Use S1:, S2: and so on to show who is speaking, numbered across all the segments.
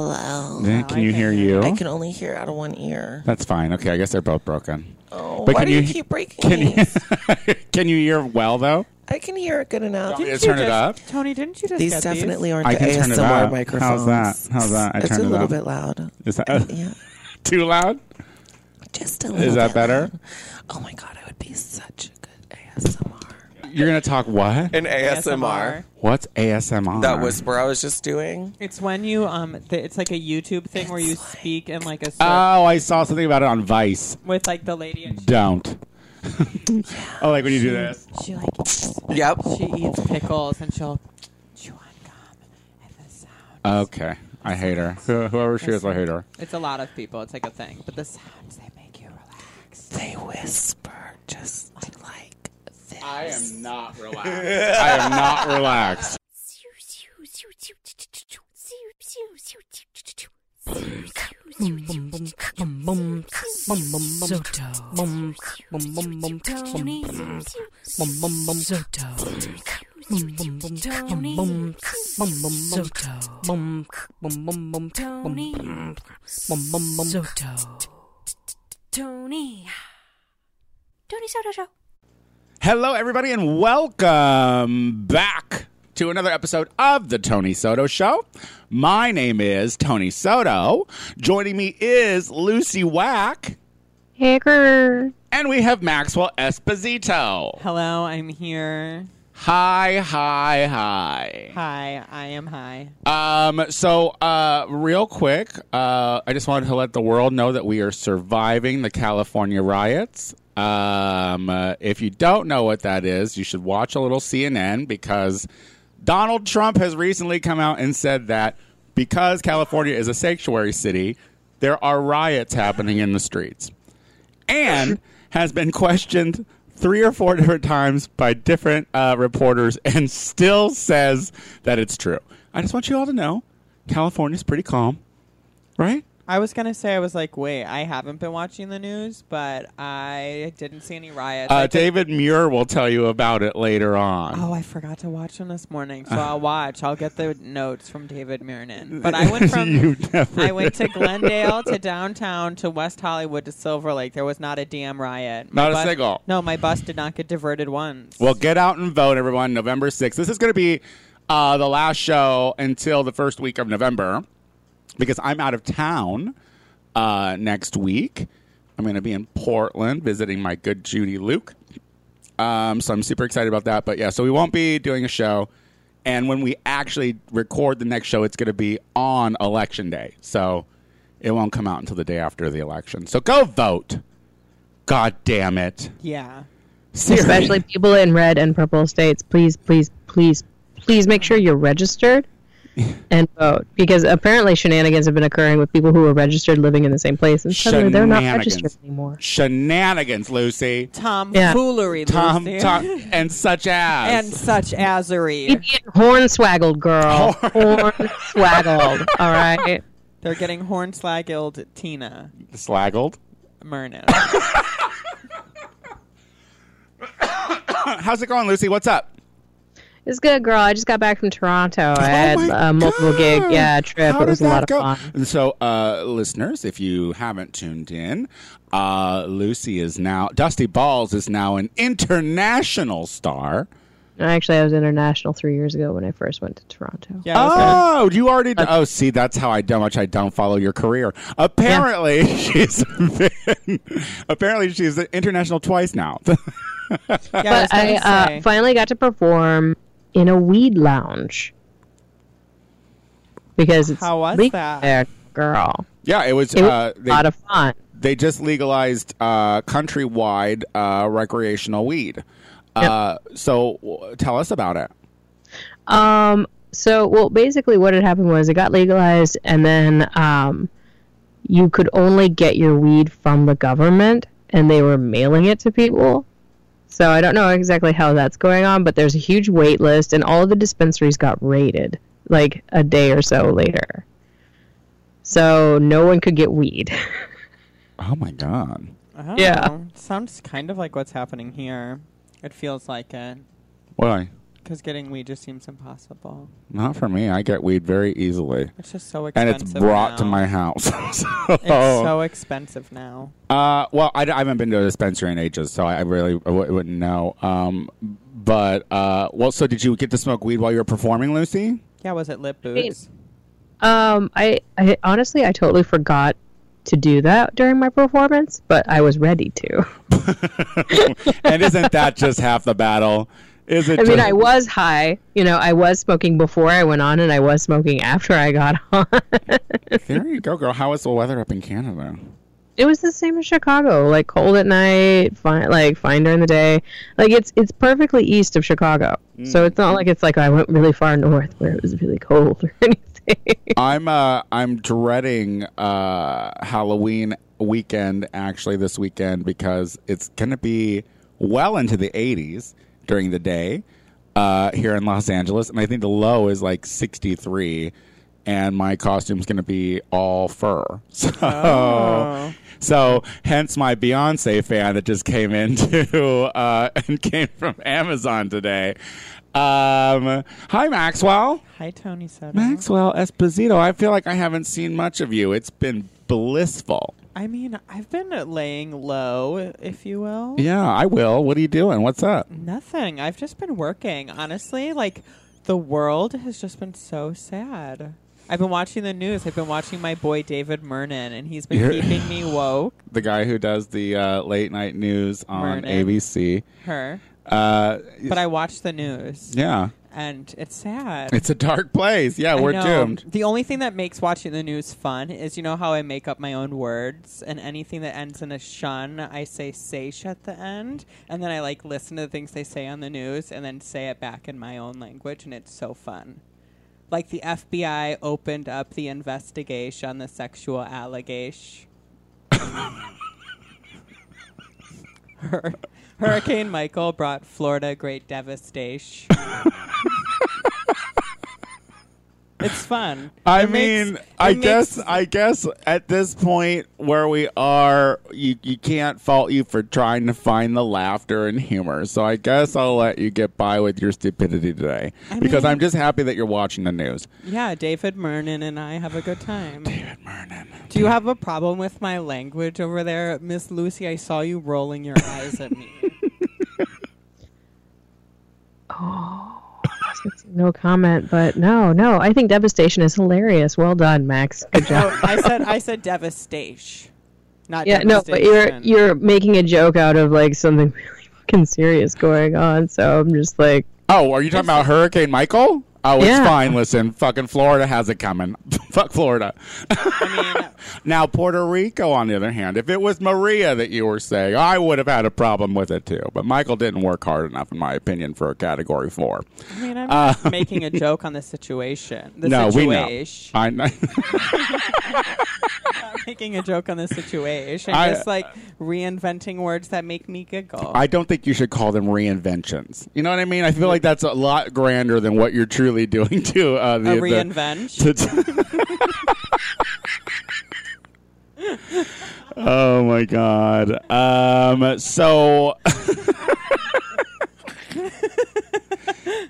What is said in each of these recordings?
S1: Hello.
S2: Eh, can you hear you?
S1: Oh, I can only hear out of one ear.
S2: That's fine. Okay, I guess they're both broken.
S1: Oh,
S2: But
S1: why
S2: can
S1: do you,
S2: you-
S1: keep breaking
S2: Can you
S1: these?
S2: can you hear well though?
S1: I can hear it good enough.
S2: Yeah,
S3: Didn't
S2: turn
S3: you
S2: it up.
S3: just- Tony, didn't you just
S1: These
S3: get
S1: definitely aren't
S2: I
S1: the
S2: can turn it
S1: ASMR
S2: up.
S1: microphones.
S2: How's that? How's that? I
S1: it's
S2: turned
S1: a
S2: it
S1: little
S2: up.
S1: bit loud.
S2: Is that
S1: Yeah,
S2: too loud?
S1: just a little.
S2: Is that
S1: bit
S2: better?
S1: loud. Oh my god, I would be such a good ASMR.
S2: You're gonna talk what?
S1: An
S3: these?
S1: ASMR.
S2: What's ASMR?
S1: That whisper I was just doing.
S3: It's when you um, th- it's like a YouTube thing where you
S1: It's like-
S3: speak in like a cir-
S2: Oh, I saw something about it on Vice.
S3: with like the lady and she,
S2: Don't. oh, like when you do this.
S3: she like
S1: Yep.
S3: she eats pickles and she'll chew on gum and the sound.
S2: Okay, I hate her. Who- Whoever she is, I hate her.
S3: It's a lot of people. It's like a thing, but the sounds they make you relax.
S1: They whisper just like this.
S2: I am not relaxed. I am not relaxed.
S4: Tony. Tony Soto Show.
S2: Hello, everybody, and welcome back to another episode of The Tony Soto Show. My name is Tony Soto. Joining me is Lucy Wack,
S5: Hacker.
S2: and we have Maxwell Esposito.
S3: Hello, I'm here.
S2: Hi, hi, hi.
S3: Hi, I am high.
S2: Um, so, uh, real quick, uh, I just wanted to let the world know that we are surviving the California riots. Um, uh, if you don't know what that is, you should watch a little CNN because Donald Trump has recently come out and said that because California is a sanctuary city, there are riots happening in the streets and has been questioned three or four different times by different uh, reporters and still says that it's true. I just want you all to know California's pretty calm, right?
S3: I was gonna say I was like, wait, I haven't been watching the news, but I didn't see any riots. I
S2: Uh,
S3: did-
S2: David Muir will tell you about it later on.
S3: Oh, I forgot to watch him this morning, so I'll watch. I'll get the notes from David Miernan. But I went from
S2: You never
S3: I went to Glendale to downtown to West Hollywood to Silver Lake. There was not a damn riot. My
S2: Not a
S3: bus-
S2: single.
S3: No, my bus did not get diverted once.
S2: Well, get out and vote, everyone. November 6th. This is going to be uh, the last show until the first week of November because I'm out of town uh, next week. I'm going to be in Portland visiting my good Judy Luke. Um, so I'm super excited about that. But yeah, so we won't be doing a show. And when we actually record the next show, it's going to be on election day. So it won't come out until the day after the election. So go vote. God damn it.
S3: yeah.
S2: Seriously.
S5: Especially people in red and purple states, please, please, please, please make sure you're registered and vote. Because apparently shenanigans have been occurring with people who were registered living in the same place and suddenly they're not registered
S2: Shenanigans.
S5: anymore.
S2: shenanigans, Lucy.
S3: Tomfoolery,
S2: Tom,
S3: Lucy.
S2: Tom, and such
S3: and
S2: as.
S3: such assery.
S5: Keep getting hornswaggled, girl. hornswaggled. All right.
S3: They're getting hornslaggled Tina
S2: slaggled.
S3: Myrna.
S2: How's it going, Lucy? What's up?
S5: It's good, girl. I just got back from Toronto. I had
S2: Oh my
S5: a uh, multiple gig,
S2: God.
S5: yeah, trip.
S2: How
S5: it was a
S2: did
S5: lot of
S2: that go?
S5: fun.
S2: And so, uh, listeners, if you haven't tuned in, uh, Lucy is now, Dusty Balls is now an international star.
S5: Actually, I was international three years ago when I first went to Toronto.
S3: Yeah, I was gonna-
S2: Oh, you already.
S5: Uh,
S2: oh, see, that's how I don't much. I don't follow your career. Apparently, she's been. Apparently, she's international twice now.
S3: yeah, I was
S5: but I,
S3: gonna
S5: uh,
S3: say.
S5: finally got to perform in a weed lounge because it's
S3: How was
S5: legal
S3: that?
S5: there, girl.
S2: yeah, it was.
S5: It was
S2: uh,
S5: a
S2: they-
S5: lot of fun.
S2: they just legalized uh, countrywide uh, recreational weed. Uh, so w- tell us about it.
S5: Um, so well, basically, what had happened was it got legalized, and then um, you could only get your weed from the government, and they were mailing it to people. So I don't know exactly how that's going on, but there's a huge wait list, and all of the dispensaries got raided like a day or so later. So no one could get weed.
S2: Oh my god!
S3: Oh,
S5: yeah.
S3: sounds kind of like what's happening here. It feels like it.
S2: Why?
S3: because getting weed just seems impossible.
S2: Not for me. I get weed very easily,
S3: It's just so
S2: and
S3: expensive.
S2: it's brought to
S3: now.
S2: my house. so,
S3: It's so expensive now.
S2: uh, well, I, I haven't been to a dispensary in ages, so I, I really I w- wouldn't know. Um, but uh, well, so did you get to smoke weed while you were performing, Lucy?
S3: Yeah, was it lip boots?
S5: Um, I, I honestly, I totally forgot to do that during my performance, but I was ready to.
S2: and isn't that just half the battle? Is it?
S5: I mean,
S2: just-
S5: I was high. You know, I was smoking before I went on, and I was smoking after I got on.
S2: there you go, girl. How is the weather up in Canada?
S5: it was the same as Chicago, like cold at night, fine, like fine during the day. Like it's it's perfectly east of Chicago, so it's not like it's like I went really far north where it was really cold or anything.
S2: I'm uh I'm dreading uh Halloween weekend actually this weekend because it's gonna be well into the 80s during the day uh here in Los Angeles and I think the low is like 63 and my costume's gonna be all fur so so hence my Beyonce fan that just came into uh and came from Amazon today um hi Maxwell
S3: Hi, Tony Sutter.
S2: Maxwell Esposito, I feel like I haven't seen much of you. It's been blissful.
S3: I mean, I've been laying low, if you will.
S2: Yeah, I will. What are you doing? What's up?
S3: Nothing. I've just been working. Honestly, like the world has just been so sad. I've been watching the news. I've been watching my boy David Mernon, and he's been
S2: You're-
S3: keeping me woke.
S2: The guy who does the uh, late night news on
S3: Vernon.
S2: ABC.
S3: Her,
S2: Uh,
S3: but I watch the news,
S2: yeah,
S3: and it's sad.
S2: it's a dark place. Yeah,
S3: I
S2: we're
S3: know.
S2: doomed.
S3: The only thing that makes watching the news fun is you know how I make up my own words, and anything that ends in a shun, I say "seish" at the end, and then I like listen to the things they say on the news, and then say it back in my own language, and it's so fun. Like the FBI opened up the investigation on the sexual allegation. Hur- Hurricane Michael brought Florida great devastation. It's fun.
S2: I
S3: It makes-
S2: mean, I
S3: it makes-
S2: guess, I guess at this point where we are, you you can't fault you for trying to find the laughter and humor. So I guess I'll let you get by with your stupidity today, because
S3: mean-
S2: I'm just happy that you're watching the news.
S3: Yeah, David Mernon and I have a good time.
S2: David Mernon.
S3: Do you have a problem with my language over there, Miss Lucy? I saw you rolling your eyes at me.
S5: no comment, but no, no, I think devastation is hilarious. Well done, Max. Good job.
S3: Oh, I said I said devastation, not
S5: Yeah, no, but you're
S3: devastation.
S5: you're making a joke out of like something really fucking serious going on. So I'm just like,
S2: Oh, are you talking about Hurricane Michael? Oh, it's
S5: Yeah.
S2: fine. Listen, fucking Florida has it coming. Fuck Florida.
S3: I mean,
S2: now, Puerto Rico, on the other hand, if it was Maria that you were saying, I would have had a problem with it too. But Michael didn't work hard enough, in my opinion, for a category four.
S3: I mean, I'm not making a joke on the situation. The
S2: Uh. no,
S3: situation.
S2: we know. I know.
S3: I'm not making a joke on the situation.
S2: I-
S3: I'm just like reinventing words that make me giggle.
S2: I don't think you should call them reinventions. You know what I mean? I feel like that's a lot grander than what you're truly doing to uh, the
S3: a
S2: the-
S3: reinvent.
S2: oh my god. Um so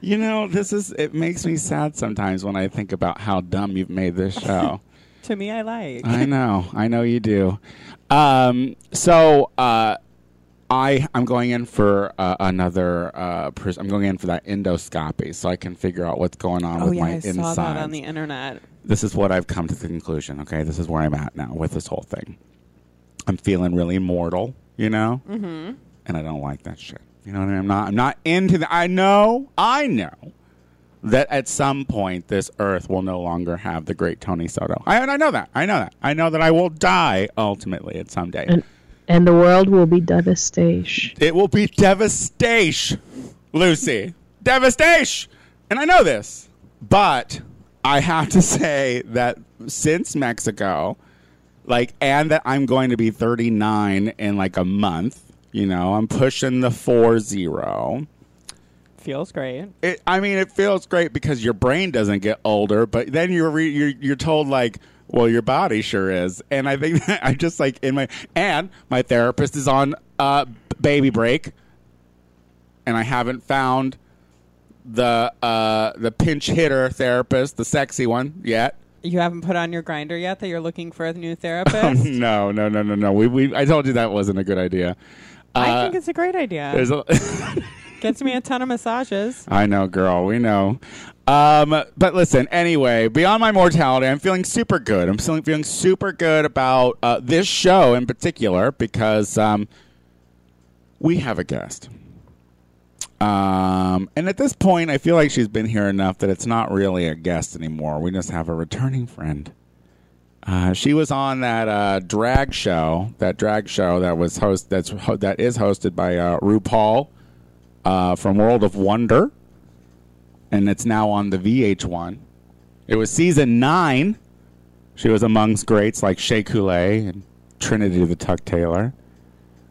S2: You know, this is it makes me sad sometimes when I think about how dumb you've made this show.
S3: to me, I like.
S2: I know. I know you do. Um, so uh, I I'm going in for uh, another. Uh, pres- I'm going in for that endoscopy, so I can figure out what's going on
S3: oh
S2: with
S3: yeah,
S2: my
S3: I
S2: insides.
S3: saw that on the internet.
S2: this is what I've come to the conclusion. Okay, this is where I'm at now with this whole thing. I'm feeling really mortal, you know, mm-hmm. and I don't like that shit. You know what I mean? I'm not. I'm not into that. I know. I know that at some point this earth will no longer have the great Tony Soto. I, and I know that. I know that. I know that I will die ultimately at some day.
S5: and the world will be devastation.
S2: it will be devastation, Lucy. devastation. And I know this. But I have to say that since Mexico, like and that I'm going to be 39 in like a month, you know, I'm pushing the 40
S3: Feels great.
S2: it, I mean, it feels great because your brain doesn't get older, but then you're re, you're, you're told like, well, your body sure is, and I think that I'm just like in my and my therapist is on uh, baby break, and I haven't found the uh, the pinch hitter therapist, the sexy one, yet.
S3: You haven't put on your grinder yet that you're looking for a new
S2: Oh,
S3: therapist?
S2: no, no, no, no, no. We, we I told you that wasn't a good idea.
S3: I
S2: Uh,
S3: think it's a great idea.
S2: there's a.
S3: Gets me a ton of massages.
S2: I know, girl. We know. Um, but listen, anyway, beyond my mortality, I'm feeling super good. I'm feeling, feeling super good about uh, this show in particular because um, we have a guest. Um, and at this point, I feel like she's been here enough that it's not really a guest anymore. We just have a returning friend. Uh, she was on that uh, drag show, that drag show that was host that's ho- that is hosted by uh, RuPaul uh, from World of Wonder, and it's now on the VH1. It was season nine. She was amongst greats like Shea Coulee and Trinity the Tuck Taylor.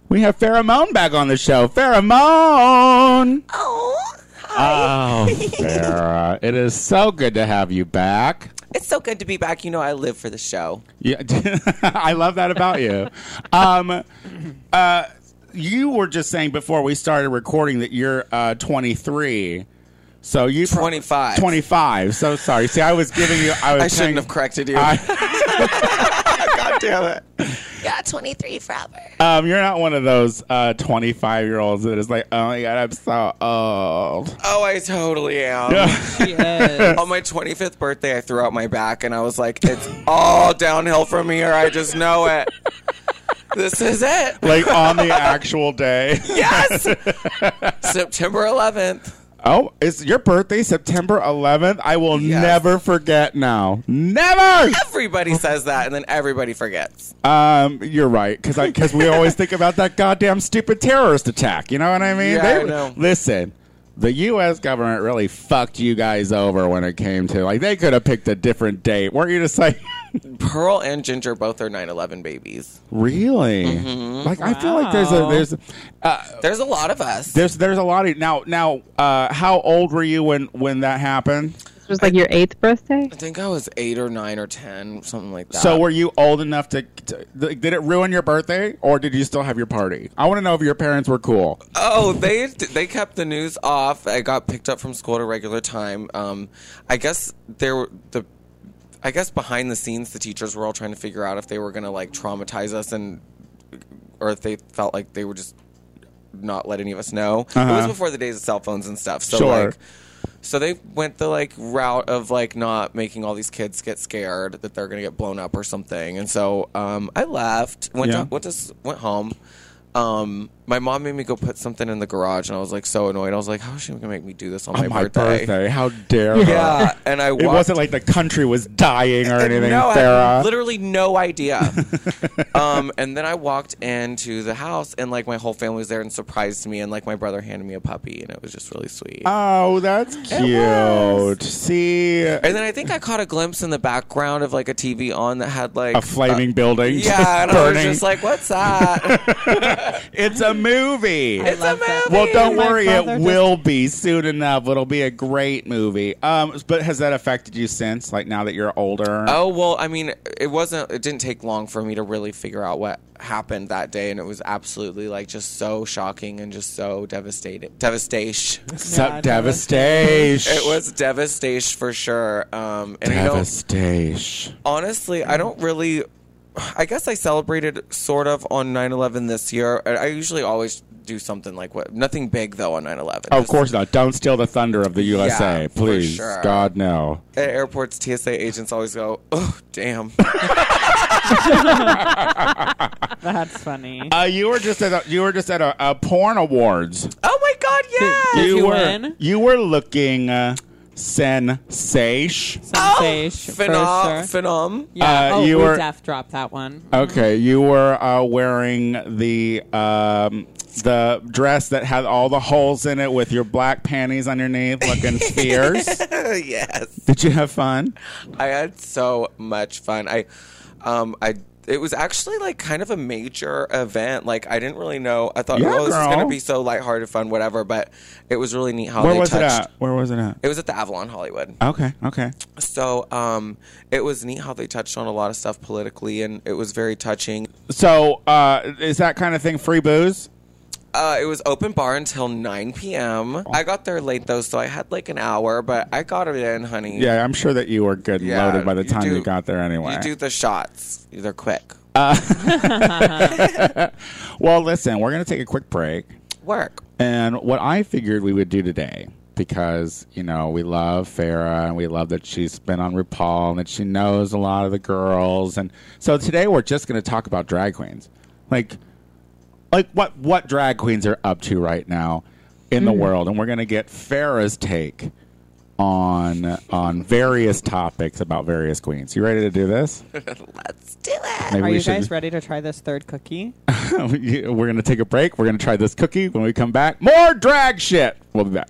S2: We have Pheromone back on the show. Pheromone!
S6: Oh,
S2: Oh, Farah. it is so good to have you back.
S6: it's so good to be back. You know, I live for the show.
S2: Yeah, I love that about you. Um, uh, you were just saying before we started recording that you're uh, 23. So you
S6: 25.
S2: 25. So sorry. See, I was giving you. I was.
S6: I shouldn't
S2: saying-
S6: have corrected you. God damn it.
S7: Yeah, 23 forever.
S2: Um, you're not one of those 25 year olds that is like, oh my god, I'm so old.
S6: Oh, I totally am.
S3: She is.
S6: On my 25th birthday, I threw out my back and I was like, it's all downhill from here. I just know it. This is it.
S2: Like on the actual day.
S6: Yes. September 11th.
S2: Oh, it's your birthday, September 11th. I will
S6: Yes.
S2: never forget now. Never.
S6: Everybody says that and then everybody forgets.
S2: Um, you're right because because we always think about that goddamn stupid terrorist attack. You know what I mean?
S6: Yeah, I know.
S2: Listen, the U.S. government really fucked you guys over when it came to like they could have picked a different date. Weren't you just like
S6: Pearl and Ginger both are 9 11 babies.
S2: really?
S6: Mm-hmm.
S2: Like I feel like there's a
S3: Wow.
S2: there's
S6: There's a lot of us.
S2: there's there's a lot of now now. Uh, how old were you when when that happened?
S5: This was like your eighth birthday.
S6: I think I was 8 or 9 or 10, something like that.
S2: So were you old enough to, to did it ruin your birthday or did you still have your party? I want to know if your parents were cool.
S6: Oh, they they kept the news off. I got picked up from school at a regular time. Um, I guess there were the. I guess behind the scenes, the teachers were all trying to figure out if they were going to like traumatize us and, or if they felt like they were just not let any of us know. It was
S2: Uh-huh.
S6: before the days of cell phones and stuff. So
S2: Sure.
S6: like, so they went the like route of like not making all these kids get scared that they're going to get blown up or something. And so um, I left, went
S2: Yeah.
S6: to, went to s- went home. Um, my mom made me go put something in the garage, and I was like so annoyed. I was like, "How is she going to make me do this on
S2: Oh,
S6: my, birthday?
S2: How dare her.
S6: Yeah, and I walked,
S2: It wasn't like the country was dying or anything,
S6: no, I
S2: Sarah.
S6: had literally no idea. um, and then I walked into the house, and like my whole family was there and surprised me, and like my brother handed me a puppy, and it was just really sweet.
S2: oh, that's cute. See, a
S6: and then I think I caught a glimpse in the background of like a TV on that had like
S2: flaming building.
S6: Uh, yeah, and I was
S2: burning.
S6: just like, "What's that?"
S2: it's a movie.
S6: it's a
S3: love
S6: movie.
S3: that.
S2: well, don't
S3: My
S2: worry,
S3: brother
S2: it
S3: just-
S2: will be soon enough. It'll be a great movie. Um, but has that affected you since? Like now that you're older?
S6: Oh well, I mean, it wasn't. It didn't take long for me to really figure out what happened that day, and it was absolutely like just so shocking and just so devastating. Devastation.
S2: Sup-
S3: Yeah,
S2: devastation.
S6: It was devastation for sure. Um, and I don't,
S2: devastation.
S6: honestly, I don't really. I guess I celebrated sort of on 9/11 this year. I I usually always do something like what. Nothing big though on 9/11.
S2: Of
S6: Just
S2: course not. Don't steal the thunder of the USA,
S6: Yeah, for
S2: please.
S6: sure.
S2: God no.
S6: At airports, TSA agents always go, "Oh, damn."
S3: That's funny.
S2: Uh, you were just at a, you were just at a, a porn awards.
S6: oh my God! Yeah.
S3: Did you
S2: were
S3: win?
S2: you were looking uh, sensation. Oh,
S3: Sensation.
S6: Phenom.
S3: for sure.
S6: Phenom.
S3: Yeah.
S2: Uh,
S3: oh,
S2: you
S3: we
S2: were-
S3: death dropped that one.
S2: Okay, you were uh, wearing the um, the dress that had all the holes in it with your black panties underneath, looking fierce.
S6: yes.
S2: Did you have fun?
S6: I had so much fun. I, um, I. It was actually like kind of a major event. Like I didn't really know. I thought,
S2: Yeah,
S6: oh, this is
S2: girl.
S6: gonna be so lighthearted, fun, whatever. But it was really neat how
S2: Where
S6: they
S2: was it
S6: touched.
S2: at? Where was it at?
S6: It was at the Avalon Hollywood.
S2: Okay, okay.
S6: So um, it was neat how they touched on a lot of stuff politically, and it was very touching.
S2: So uh, is that kind of thing free booze?
S6: Uh, it was open bar until 9 p.m. I got there late though, so I had like an hour, but I got it in, honey.
S2: Yeah, I'm sure that you were good and
S6: Yeah,
S2: loaded by the
S6: you
S2: time
S6: do-
S2: you got there anyway.
S6: You do the shots. They're quick.
S2: well, listen, we're going to take a quick break.
S6: Work.
S2: And what I figured we would do today, because, you know, we love Farah and we love that she's been on RuPaul and that she knows a lot of the girls. And so today we're just going to talk about drag queens. Like, like what, what drag queens are up to right now in
S3: Hmm.
S2: the world. And we're going to get Farah's take on on various topics about various queens. You ready to do this?
S7: Let's do it.
S2: Maybe
S3: Are
S2: we
S3: you
S2: should-
S3: guys ready to try this third cookie?
S2: we're going to take a break. We're going to try this cookie. When we come back, more drag shit. We'll be back.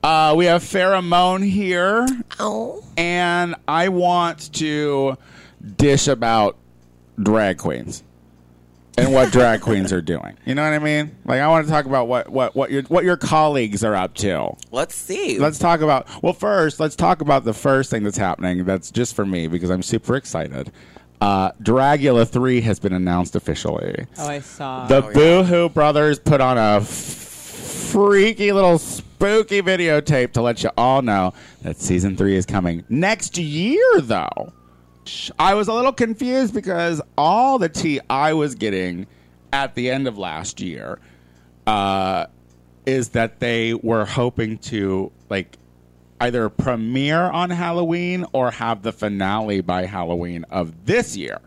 S2: Uh, we have Pheromone here,
S7: Oh,
S2: and I want to dish about drag queens and what drag queens are doing. You know what I mean? Like, I want to talk about what what what your what your colleagues are up to.
S6: Let's see.
S2: Let's talk about. Well, first, let's talk about the first thing that's happening. That's just for me because I'm super excited. Uh, Dragula three has been announced officially.
S3: Oh, I saw.
S2: The Boo Hoo Brothers put on a f- freaky little spooky videotape to let you all know that season three is coming next year, though. Sh- I was a little confused because all the tea I was getting at the end of last year uh, is that they were hoping to, like, either premiere on Halloween or have the finale by Halloween of this year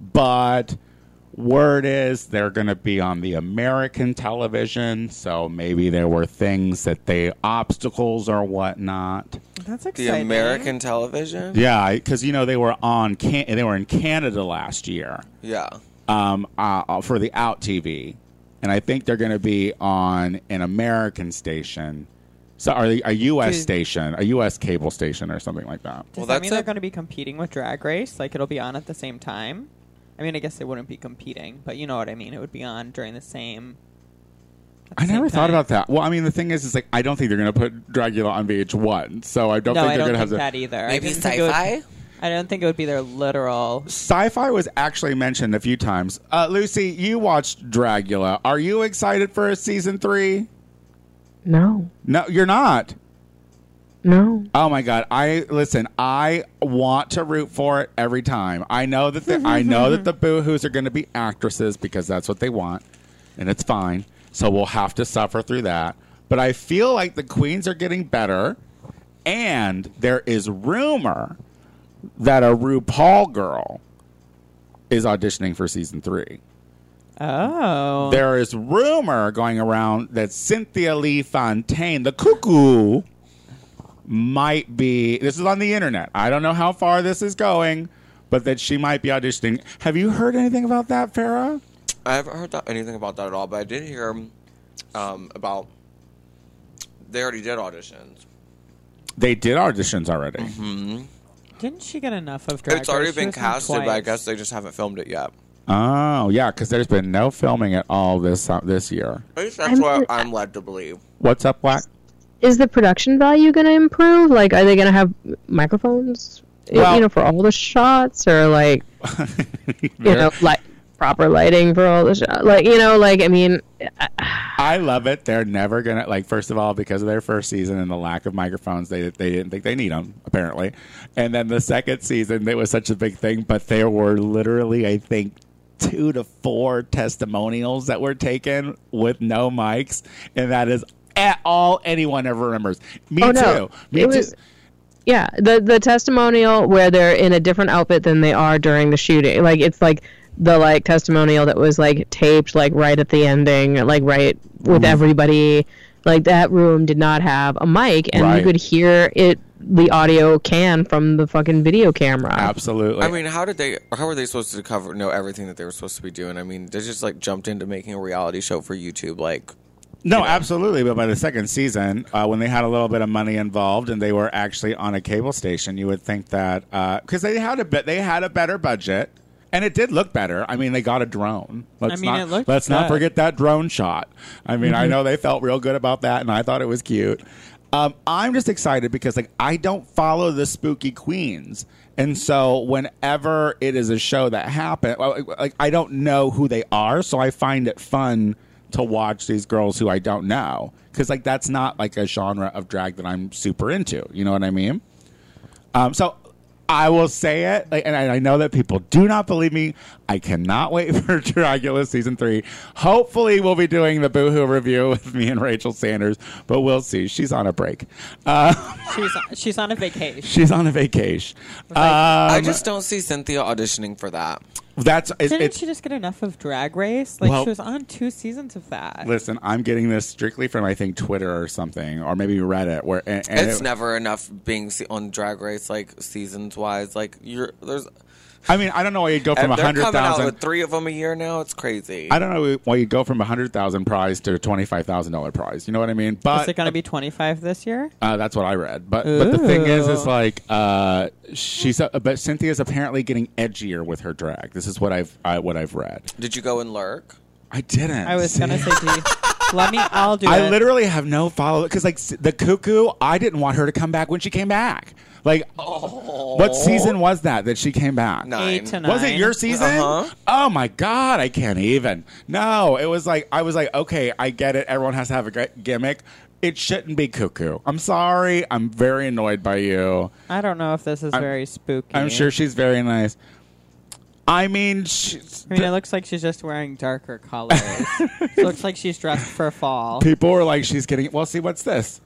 S2: but word is they're going to be on the American television. So maybe there were things that they obstacles or whatnot.
S3: That's
S6: the
S3: exciting.
S6: American television.
S2: Yeah, because you know they were on can- they were in Canada last year
S6: Yeah.
S2: um, uh, for the Out TV, and I think they're going to be on an American station. So, or a U.S.
S3: Dude.
S2: station, a U.S. cable station, or something like that.
S3: Does
S6: Well,
S3: that
S6: that's
S3: mean
S6: a-
S3: they're going to be competing with Drag Race? Like it'll be on at the same time? I mean, I guess they wouldn't be competing, but you know what I mean. It would be on during the same. at the
S2: I
S3: same
S2: never thought
S3: time.
S2: about that. Well, I mean, the thing is, is like I don't think they're going to put Dracula on VH1, so I don't
S3: No,
S2: think
S3: I
S2: they're going
S3: don't
S2: to
S3: think
S2: have to.
S3: that either. I
S6: Maybe
S3: didn't think it would-
S6: sci-fi?
S3: I don't think it would be their literal.
S2: Sci-fi was actually mentioned a few times. Uh, Lucy, you watched Dragula. Are you excited for a season three?
S5: No,
S2: No, you're not.
S5: no.
S2: Oh my god! I listen. I want to root for it every time. I know that the, I know that the boohoos are going to be actresses because that's what they want, and it's fine. So we'll have to suffer through that. But I feel like the queens are getting better, and there is rumor that a RuPaul girl is auditioning for season three.
S3: Oh,
S2: There is rumor going around that Cynthia Lee Fontaine, the cuckoo, might be. This is on the internet. I don't know how far this is going, but that she might be auditioning. Have you heard anything about that, Farah?
S6: I haven't heard that, anything about that at all, but I did hear um, about they already did auditions.
S2: They did auditions already.
S3: didn't she get enough of Drag Race?
S6: it's already
S3: She
S6: been
S3: was on
S6: casted, but I
S3: twice.
S6: guess they just haven't filmed it yet.
S2: Oh yeah, because there's been no filming at all this uh, this year.
S6: At least that's
S5: I'm-
S6: what I'm led to believe.
S2: What's up, Black?
S5: Is the production value going to improve? Like, are they going to have microphones? y-
S2: Well-
S5: you know, for all the shots, or like, you know, like proper lighting for all the shots. Like, you know, like I mean,
S2: I love it. They're never gonna like. First of all, because of their first season and the lack of microphones, they they didn't think they need them apparently. And then the second season, it was such a big thing, but there were literally, I think, two to four testimonials that were taken with no mics, and that is at all anyone ever remembers. Me
S5: Oh,
S2: too.
S5: no.
S2: Me
S5: It
S2: too.
S5: was- yeah, the the testimonial where they're in a different outfit than they are during the shooting. Like, it's like the like testimonial that was like taped like right at the ending, like right with everybody. Like that room did not have a mic, and
S2: Right.
S5: you could hear it. The audio can from the fucking video camera.
S2: Absolutely.
S6: I mean, how did they? How were they supposed to cover know everything that they were supposed to be doing? I mean, they just like jumped into making a reality show for YouTube like
S2: No, absolutely. But by the second season, uh, when they had a little bit of money involved and they were actually on a cable station, you would think that because they had a bit, they had a better budget, and it did look better. I mean, they got a drone. Let's
S3: mean,
S2: not
S3: it looked
S2: let's not
S3: good.
S2: forget that drone shot. I mean, I know they felt real good about that, and I thought it was cute. Um, I'm just excited because like I don't follow the spooky queens, and so whenever it is a show that happens, like I don't know who they are, so I find it fun to watch these girls who I don't know because like that's not like a genre of drag that I'm super into. You know what I mean? Um, so I will say it, like, and I, I know that people do not believe me. I cannot wait for Dragula season three. Hopefully, we'll be doing the Boohoo review with me and Rachel Sanders, but we'll see. She's on a break.
S3: She's she's on a vacation.
S2: She's on a vacation. Um,
S6: I just don't see Cynthia auditioning for that.
S2: Uh, that's it's,
S3: Didn't
S2: it's
S3: she just get enough of Drag Race? Like
S2: Well-
S3: she was on two seasons of that.
S2: listen. I'm getting this strictly from I think Twitter or something, or maybe Reddit. Where and, and
S6: It's
S2: it-
S6: never enough being se- on Drag Race like seasons wise. Like you're there's
S2: I mean, I don't know why you'd go
S6: they're
S2: from hundred
S6: coming out
S2: thousand
S6: with three of them a year now. It's crazy.
S2: I don't know why you go from a hundred thousand prize to a twenty five thousand dollar prize. You know what I mean? But
S3: Is it going to be 25 this year?
S2: uh, that's what I read. But but the thing is, is
S3: Ooh.
S2: like uh, she's uh, but Cynthia's apparently getting edgier with her drag. This is what I've I, what I've read.
S6: Did you go and lurk?
S2: I didn't.
S3: I was
S2: see?
S3: going to say, do you, let me. I'll do
S2: I
S3: it.
S2: literally have no follow because like s- the cuckoo, I didn't want her to come back when she came back. Like, what season was that that she came back?
S6: No.
S3: eight to nine.
S2: Was it your season?
S6: Uh-huh.
S2: Oh my god, I can't even. No, it was like I was like, okay, I get it. Everyone has to have a g- gimmick. It shouldn't be cuckoo. I'm sorry. I'm very annoyed by you.
S3: I don't know if this is
S2: I'm-
S3: very spooky.
S2: I'm sure she's very nice. I mean, she's,
S3: I mean, it looks like she's just wearing darker colors. it looks like she's dressed for fall.
S2: people are like, she's getting. Well, see, what's this?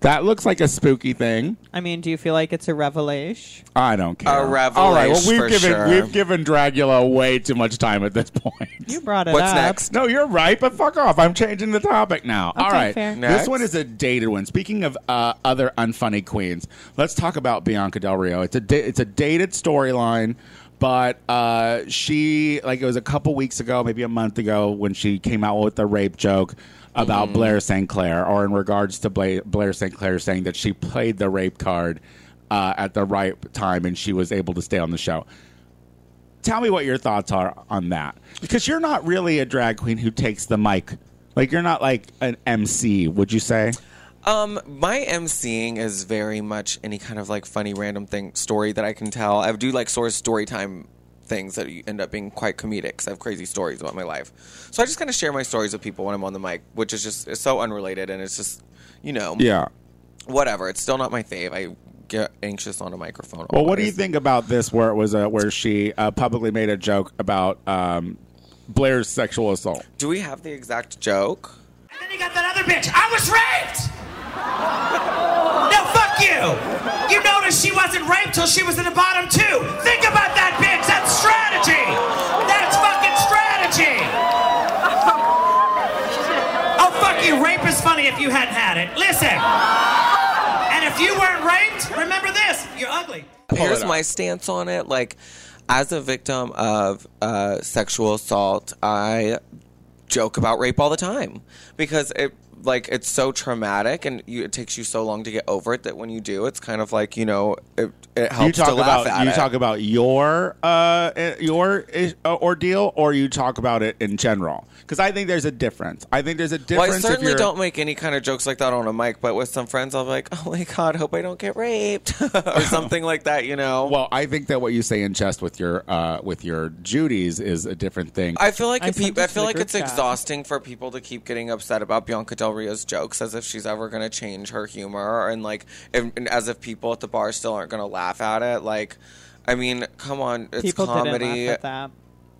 S2: That looks like a spooky thing.
S3: I mean, do you feel like it's a revelation?
S2: I don't care.
S6: A revelation
S2: All right. Well, we've
S6: for
S2: given
S6: sure.
S2: we've given Dragula way too much time at this point.
S3: You brought it
S6: What's
S3: up.
S6: next?
S2: No, you're right, but fuck off. I'm changing the topic now. All right.
S3: fair.
S2: This
S6: Next.
S2: one is a dated one. Speaking of uh, other unfunny queens, let's talk about Bianca Del Rio. It's a da- it's a dated storyline, but uh, she like it was a couple weeks ago, maybe a month ago, when she came out with the rape joke about Blair St. Clair, or in regards to Bla- Blair St. Clair saying that she played the rape card uh, at the right time and she was able to stay on the show tell me what your thoughts are on that because you're not really a drag queen who takes the mic like you're not like an mc would you say
S6: Um, my emceeing is very much any kind of like funny random thing story that I can tell. I do like sort of story time things that end up being quite comedic 'cause I have crazy stories about my life. So I just kind of share my stories with people when I'm on the mic, which is just it's so unrelated and it's just you know whatever. It's still not my fave. I get anxious on a microphone.
S2: well what do
S6: always.
S2: you think about this where it was uh, where she uh, publicly made a joke about um, blair's sexual assault
S6: Do we have the exact joke?
S8: And then he got that other bitch. I was raped! No, fuck you! You notice she wasn't raped till she was in the bottom two. Think about that bitch. That's strategy. That's fucking strategy. Oh, fuck you. Rape is funny if you hadn't had it. Listen. And if you weren't raped, remember this you're ugly.
S6: Here's my stance on it. Like, as a victim of uh, sexual assault, I joke about rape all the time because it, like, it's so traumatic and you, it takes you so long to get over it that when you do, it's kind of like you know, it, it helps
S2: you talk
S6: to laugh
S2: about
S6: at
S2: you
S6: it.
S2: talk about your uh, uh, your uh, ordeal or you talk about it in general because i think there's a difference i think there's a difference
S6: well, I
S2: if
S6: certainly
S2: you're-
S6: don't make any kind of jokes like that on a mic, but with some friends, I'll be like, "Oh my god, hope I don't get raped," or something like that. You know.
S2: Well, I think that what you say in jest with your uh, with your Judy's is a different thing.
S6: I feel like
S3: I
S6: if
S3: sent
S6: peop-
S3: it
S6: I
S3: to
S6: feel
S3: the
S6: like
S3: group
S6: it's
S3: chat.
S6: exhausting for people to keep getting upset about Bianca Del Rio's jokes, as if she's ever going to change her humor, and like, if, and as if people at the bar still aren't going to laugh at it. Like, I mean, come on, it's
S3: People didn't
S6: comedy.
S3: laugh at that.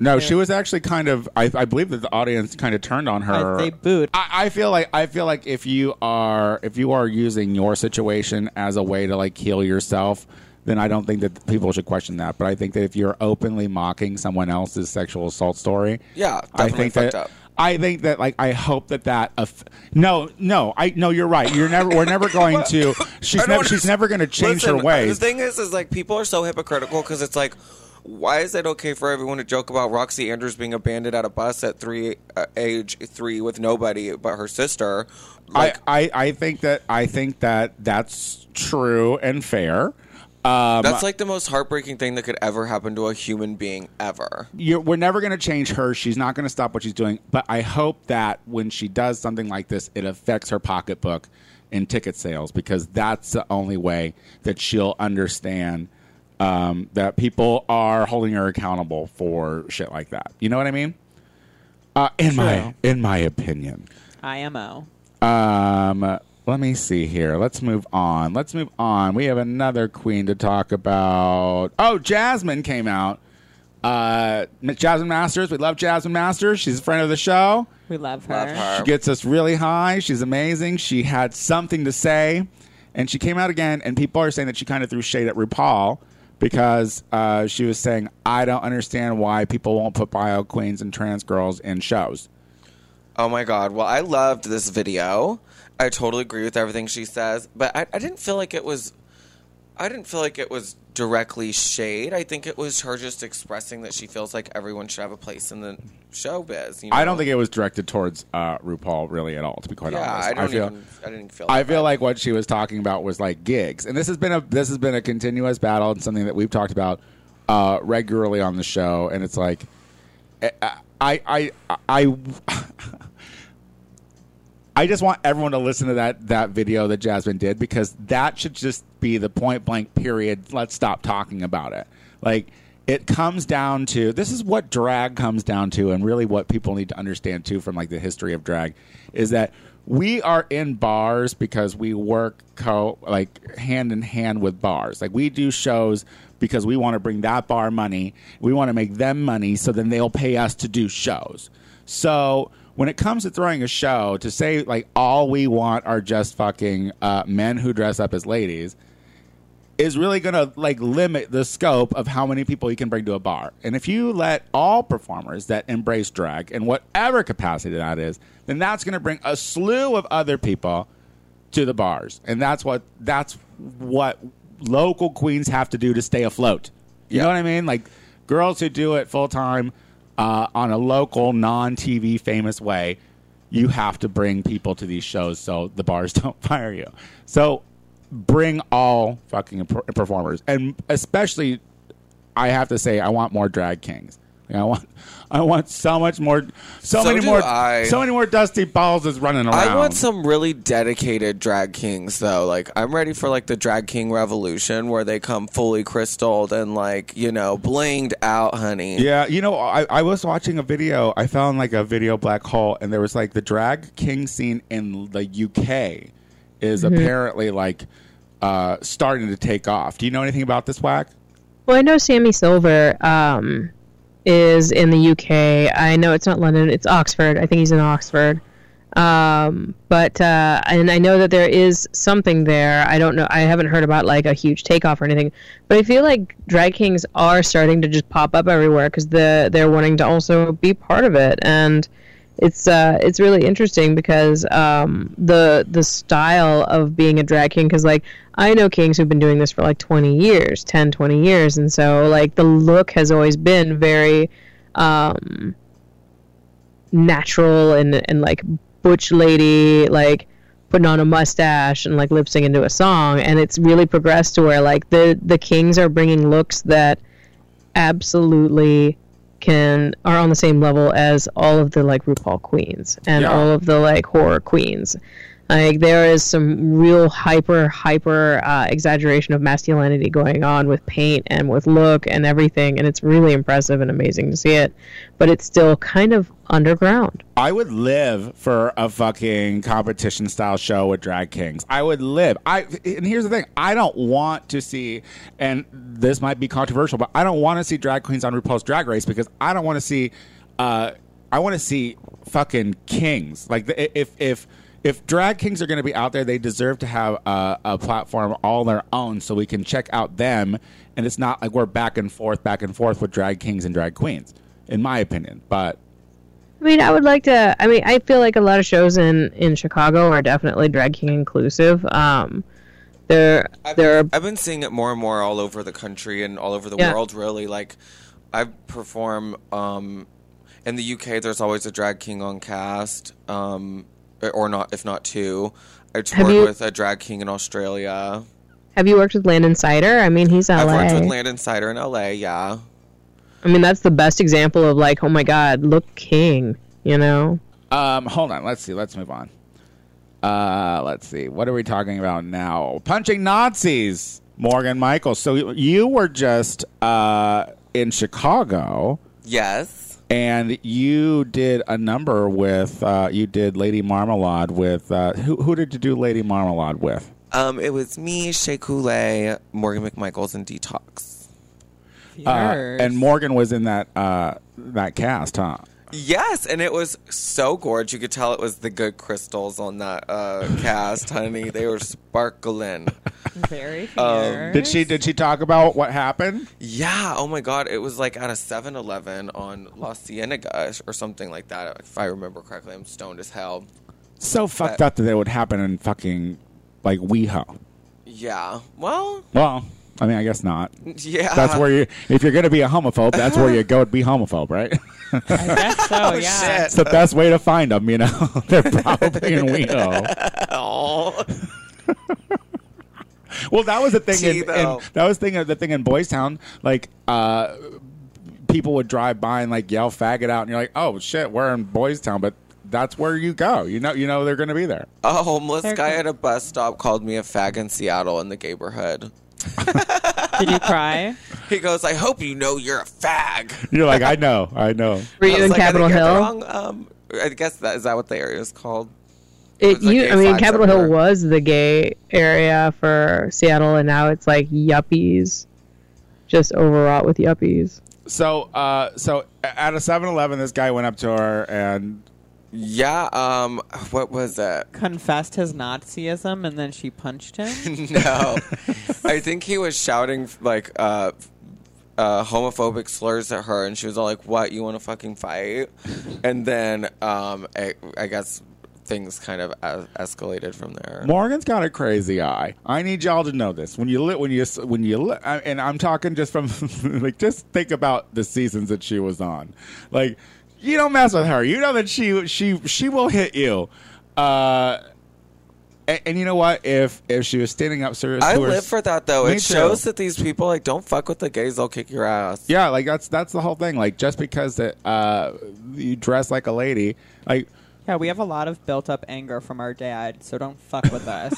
S2: no, she was actually kind of. I, I believe that the audience kind of turned on her.
S3: I- they booed.
S2: I, I feel like I feel like if you are if you are using your situation as a way to like heal yourself, then I don't think that people should question that. But I think that if you're openly mocking someone else's sexual assault story,
S6: Yeah,
S2: I
S6: definitely
S2: think
S6: fucked
S2: that.
S6: up.
S2: I think that like I hope that that aff- no no I no you're right you're never we're never going to
S6: I
S2: she's
S6: don't
S2: never she's
S6: understand.
S2: never going to change
S6: Listen,
S2: her ways
S6: The thing is, is like people are so hypocritical because it's like. why is it okay for everyone to joke about Roxy Andrews being abandoned at a bus at three, uh, age three, with nobody but her sister? Like,
S2: I, I, I think that I think that that's true and fair. Um,
S6: that's like the most heartbreaking thing that could ever happen to a human being ever.
S2: you're, we're never going to change her. She's not going to stop what she's doing. But I hope that when she does something like this, it affects her pocketbook and ticket sales because that's the only way that she'll understand um, that people are holding her accountable for shit like that. You know what I mean? Uh, in my in my opinion.
S3: IMO.
S2: Um, let me see here. Let's move on. Let's move on. We have another queen to talk about. Oh, Jasmine came out. Uh, Jasmine Masters. We love Jasmine Masters. She's a friend of the show.
S3: We love her.
S6: Love her.
S2: She gets us really high. She's amazing. She had something to say, and she came out again. And people are saying that she kind of threw shade at RuPaul because uh, she was saying, "I don't understand why people won't put bio queens and trans girls in shows."
S6: Oh my god. Well, I loved this video. I totally agree with everything she says, but I, I didn't feel like it was I didn't feel like it was directly shade. I think it was her just expressing that she feels like everyone should have a place in the showbiz. You know?
S2: I don't think it was directed towards uh, RuPaul really at all. To be quite
S6: Yeah,
S2: honest,
S6: I don't
S2: feel
S6: even. I didn't feel.
S2: I
S6: that
S2: feel
S6: bad.
S2: like what she was talking about was like gigs, and this has been a this has been a continuous battle and something that we've talked about uh, regularly on the show. And it's like eh, I I I. I I just want everyone to listen to that that video that Jasmine did because that should just be the point blank period. Let's stop talking about it. Like it comes down to this is what drag comes down to and really what people need to understand too from like the history of drag is that we are in bars because we work co like hand in hand with bars. Like we do shows because we want to bring that bar money. We want to make them money so then they'll pay us to do shows. So when it comes to throwing a show, to say like all we want are just fucking uh, men who dress up as ladies is really going to like limit the scope of how many people you can bring to a bar. And if you let all performers that embrace drag in whatever capacity that is, then that's going to bring a slew of other people to the bars. And that's what that's what local queens have to do to stay afloat. You know what I mean? Like girls who do it full time uh, on a local, non TV famous way, you have to bring people to these shows so the bars don't fire you. So bring all fucking per- performers, and especially I have to say, I want more drag kings. Like, I want, I want so much more, so,
S6: So
S2: many
S6: do
S2: more,
S6: I.
S2: so many more Dusty Balls is running around.
S6: I want some really dedicated drag kings though. Like I'm ready for like the drag king revolution where they come fully crystalled and like you know blinged out, honey.
S2: Yeah, you know, I, I was watching a video. I found like a video black hole, and there was like the drag king scene in the UK is apparently like uh, starting to take off. Do you know anything about this whack?
S5: Well, I know Sammy Silver um, is in the UK. I know it's not London; it's Oxford. I think he's in Oxford. Um, but uh, and I know that there is something there. I don't know. I haven't heard about like a huge takeoff or anything. But I feel like drag kings are starting to just pop up everywhere because the they're wanting to also be part of it and. It's uh, it's really interesting because um, the the style of being a drag king because like I know kings who've been doing this for like 20 years, 10, 20 years, and so like the look has always been very um, natural and and like butch lady like putting on a mustache and like lip syncing into a song, and it's really progressed to where like the the kings are bringing looks that absolutely can are on the same level as all of the like RuPaul queens and
S2: Yeah.
S5: all of the like horror queens. Like there is some real hyper hyper uh, exaggeration of masculinity going on with paint and with look and everything, and it's really impressive and amazing to see it. But it's still kind of underground.
S2: I would live for a fucking competition style show with drag kings. I would live. I and here's the thing: I don't want to see, and this might be controversial, but I don't want to see drag queens on RuPaul's Drag Race because I don't want to see. Uh, I want to see fucking kings. Like the, if if if drag kings are going to be out there, they deserve to have a, a platform all their own, so we can check out them, and it's not like we're back and forth, back and forth with drag kings and drag queens, in my opinion. But
S5: I mean, I would like to. I mean, I feel like a lot of shows in in Chicago are definitely drag king inclusive. Um, There,
S6: I've,
S5: there are
S6: I've been seeing it more and more all over the country and all over the
S5: Yeah.
S6: world. Really, like I perform um, in the UK. There's always a drag king on cast, um, or not if not two. I toured
S5: you-
S6: with a drag king in Australia.
S5: Have you worked with Landon Sider? I mean, he's LA.
S6: I've worked with Landon Sider in LA. Yeah,
S5: I mean, that's the best example of like, oh my God, look, King. You know,
S2: Um, hold on. Let's see. Let's move on. Uh, let's see. What are we talking about now? Punching Nazis, Morgan Michael. So you- you were just uh, in Chicago,
S6: yes,
S2: and you did a number with uh, you did Lady Marmalade with uh, who? Who did you do Lady Marmalade with?
S6: um, it was me, Shea Coulee, Morgan McMichaels, and Detox.
S2: Uh,
S3: Fierce.
S2: and Morgan was in that uh, that cast, huh?
S6: Yes, and it was so gorgeous. You could tell it was the good crystals on that uh, cast, honey. They were sparkling.
S3: Very
S6: Um,
S2: Did she did she talk about what happened?
S6: Yeah. Oh my God. It was like at a 7 Eleven on La Cienega or something like that. If I remember correctly, I'm stoned as hell.
S2: So fucked up that it would happen in fucking like WeHo.
S6: Yeah. Well,
S2: Well, I mean, I guess not.
S6: yeah.
S2: That's where you, if you're going to be a homophobe, that's where you go to be homophobe, right?
S3: I guess so,
S6: Oh,
S3: yeah.
S2: It's the best way to find them, you know? They're probably in WeHo.
S6: Aw.
S2: Well, that was the thing. In, in,
S6: Tebow.
S2: that was thing. The thing in Boys Town, like uh, people would drive by and like yell "faggot" out, and you're like, "Oh shit, we're in Boys Town," but that's where you go. You know, you know they're going to be there.
S6: A homeless
S3: They're
S6: guy
S3: good.
S6: at a bus stop called me a fag in Seattle in the neighborhood.
S3: Did you cry?
S6: He goes, "I hope you know you're a fag."
S2: You're like, "I know, I know."
S5: were
S6: I
S5: you
S6: was
S5: in
S6: like, I
S5: Capitol
S6: think you're at the
S5: Hill?
S6: wrong, um, I guess that is that what the area is called.
S5: It,
S6: was like
S5: you,
S6: gay
S5: I mean,
S6: flags
S5: Capitol Hill
S6: everywhere.
S5: was the gay area for Seattle, and now it's like yuppies, just overwrought with yuppies.
S2: So, uh, so at a 7-Eleven, this guy went up to her and
S6: Yeah. Um. What was it?
S3: Confessed his Nazism and then she punched him?
S6: No, I think he was shouting like uh, uh, homophobic slurs at her, and she was all like, "What? You want to fucking fight?" And then um, I, I guess things kind of es- escalated from there.
S2: Morgan's got a crazy eye. I need y'all to know this. When you li- when you when you li- I- and I'm talking just from like just think about the seasons that she was on. Like you don't mess with her. You know that she she she will hit you. Uh and, and you know what? If if she was standing up serious,
S6: I
S2: to her-
S6: live for that though.
S2: Me
S6: it
S2: too.
S6: shows that these people like don't fuck with the gays; they'll kick your ass.
S2: Yeah, like that's that's the whole thing. Like just because that uh you dress like a lady, like
S3: yeah, we have a lot of built up anger from our dad, so don't fuck with us.